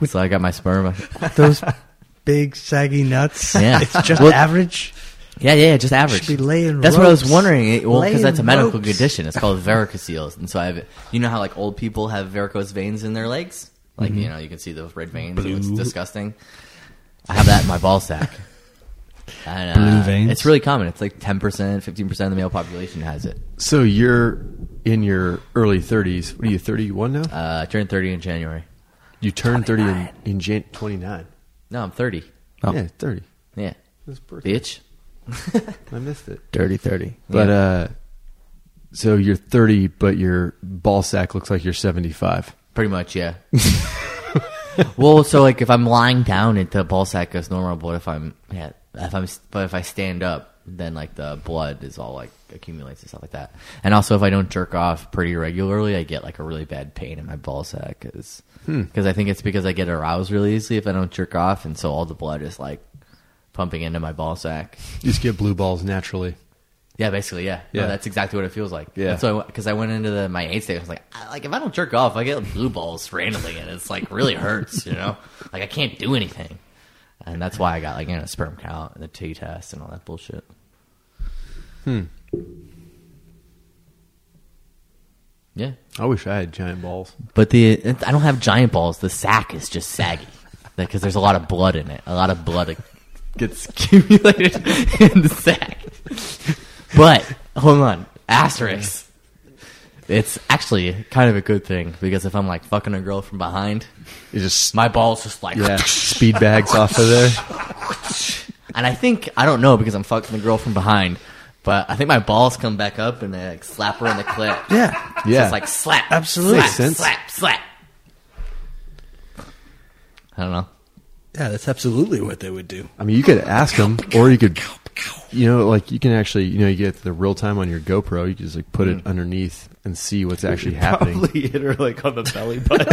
Speaker 4: so I got my sperm.
Speaker 6: <laughs> Those big saggy nuts.
Speaker 4: Yeah.
Speaker 6: <laughs> it's just
Speaker 4: Well-
Speaker 6: average.
Speaker 4: Yeah, yeah, just average.
Speaker 6: Should be laying
Speaker 4: that's what I was
Speaker 6: ropes.
Speaker 4: wondering. It- Well, because
Speaker 6: Laying
Speaker 4: that's a medical
Speaker 6: ropes.
Speaker 4: condition. It's called varicoceles, and so I have. You know how like old people have varicose veins in their legs? Like
Speaker 6: Mm-hmm.
Speaker 4: you know, you can see those red veins. It looks disgusting. I have that in my ball sack.
Speaker 6: <laughs>
Speaker 4: And, uh,
Speaker 6: Blue veins?
Speaker 4: It's really common. It's like ten percent, fifteen percent of the male population has it.
Speaker 5: So you're in your early 30s. What are you, 31 now?
Speaker 4: Uh, I turned thirty in January.
Speaker 5: you turned 30 in, in Jan- 29.
Speaker 4: No, I'm 30.
Speaker 5: Yeah, 30.
Speaker 4: Yeah.
Speaker 5: That's perfect.
Speaker 4: Bitch.
Speaker 5: I missed it.
Speaker 4: Dirty 30.
Speaker 5: But uh, so you're 30, but your ball sack looks like you're 75.
Speaker 4: Pretty much, yeah. well, so like if I'm lying down, it the ball sack goes normal, but if I'm yeah, if I'm but if I stand up, then like the blood is all like accumulates and stuff like that. And also, if I don't jerk off pretty regularly, I get like a really bad pain in my ball sack because I think it's because I get aroused really easily if I don't jerk off, and so all the blood is like pumping into my ball sack.
Speaker 5: You just get blue balls naturally.
Speaker 4: Yeah, basically, yeah. No,
Speaker 5: Yeah.
Speaker 4: that's exactly what it feels like.
Speaker 5: Yeah.
Speaker 4: And so, because I, went into the my eight state, I was like, I, like if I don't jerk off, I get blue balls randomly, and it's like really hurts, you
Speaker 5: <laughs>
Speaker 4: know. Like I can't do anything, and that's why I got like you know sperm count and the T test and all that bullshit. Hmm. Yeah,
Speaker 5: I wish I had giant balls.
Speaker 4: but the I don't have giant balls. The sack is just saggy because there's a lot of blood in it. A lot of blood gets <laughs> accumulated in the sack. But hold on, asterisk. It's actually kind of a good thing because if I'm like fucking a girl from behind,
Speaker 5: You just
Speaker 4: my balls just like
Speaker 5: yeah, speed bags off of there.
Speaker 4: And I think I don't know because I'm fucking the girl from behind, but I think my balls come back up and they like slap her in the clit.
Speaker 5: Yeah,
Speaker 4: So
Speaker 5: <laughs> yeah.
Speaker 4: it's like slap,
Speaker 5: Absolutely.
Speaker 4: slap,
Speaker 5: Makes sense.
Speaker 4: slap, slap. I don't know.
Speaker 6: Yeah, that's absolutely what they would do.
Speaker 5: I mean, you could ask them, or you could, you know, like you can actually, you know, you get the real time on your GoPro. You just like put it underneath and see what's actually happening.
Speaker 7: Probably hit her like on the <laughs> belly button.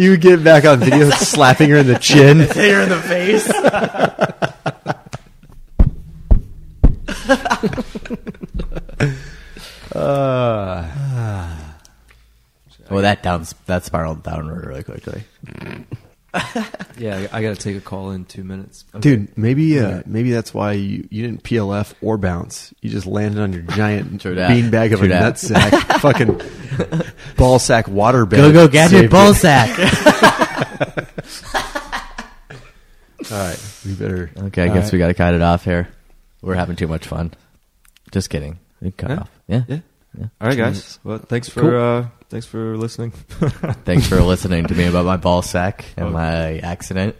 Speaker 5: You get back
Speaker 4: <laughs>
Speaker 5: on video slapping her in the chin.
Speaker 7: hit her in the face.
Speaker 4: Well, that down that spiraled downward really quickly.
Speaker 1: Yeah, I, got to take a call in two minutes.
Speaker 5: Dude, maybe uh, maybe that's why you, you didn't PLF or bounce. You just landed on your
Speaker 4: <laughs>
Speaker 5: giant
Speaker 4: True dat.
Speaker 5: beanbag of
Speaker 4: True
Speaker 5: a
Speaker 4: dat. <laughs>
Speaker 5: nutsack, fucking ball sack water bag.
Speaker 4: Go go get your
Speaker 5: Saved
Speaker 4: ball sack.
Speaker 5: it. All right, we better.
Speaker 4: <laughs> okay, I guess we gotta cut it off here. We're having too much fun. Just kidding. We cut
Speaker 1: Yeah.
Speaker 4: off. Yeah.
Speaker 1: Yeah. All right, guys. Well, thanks for
Speaker 4: Cool.
Speaker 1: uh, thanks for listening.
Speaker 4: Thanks for listening to me about my ball sack <laughs> and my accident.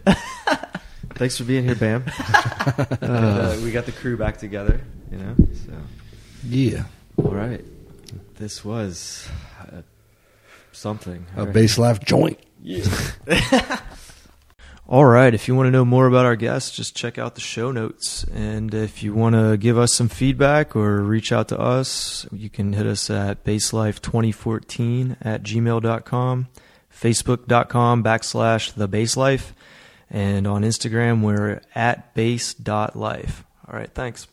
Speaker 1: thanks for being here, <laughs> Bam. Uh, And, uh, we got the crew back together. You know. So
Speaker 6: Yeah.
Speaker 1: all right, this was uh, something.
Speaker 6: A bass laugh joint.
Speaker 1: All right. If you want to know more about our guests, just check out the show notes. And if you want to give us some feedback or reach out to us, you can hit us at baselife2014 at gmail.com, facebook.com backslash the baselife, and on Instagram, we're at base.life. All right. Thanks.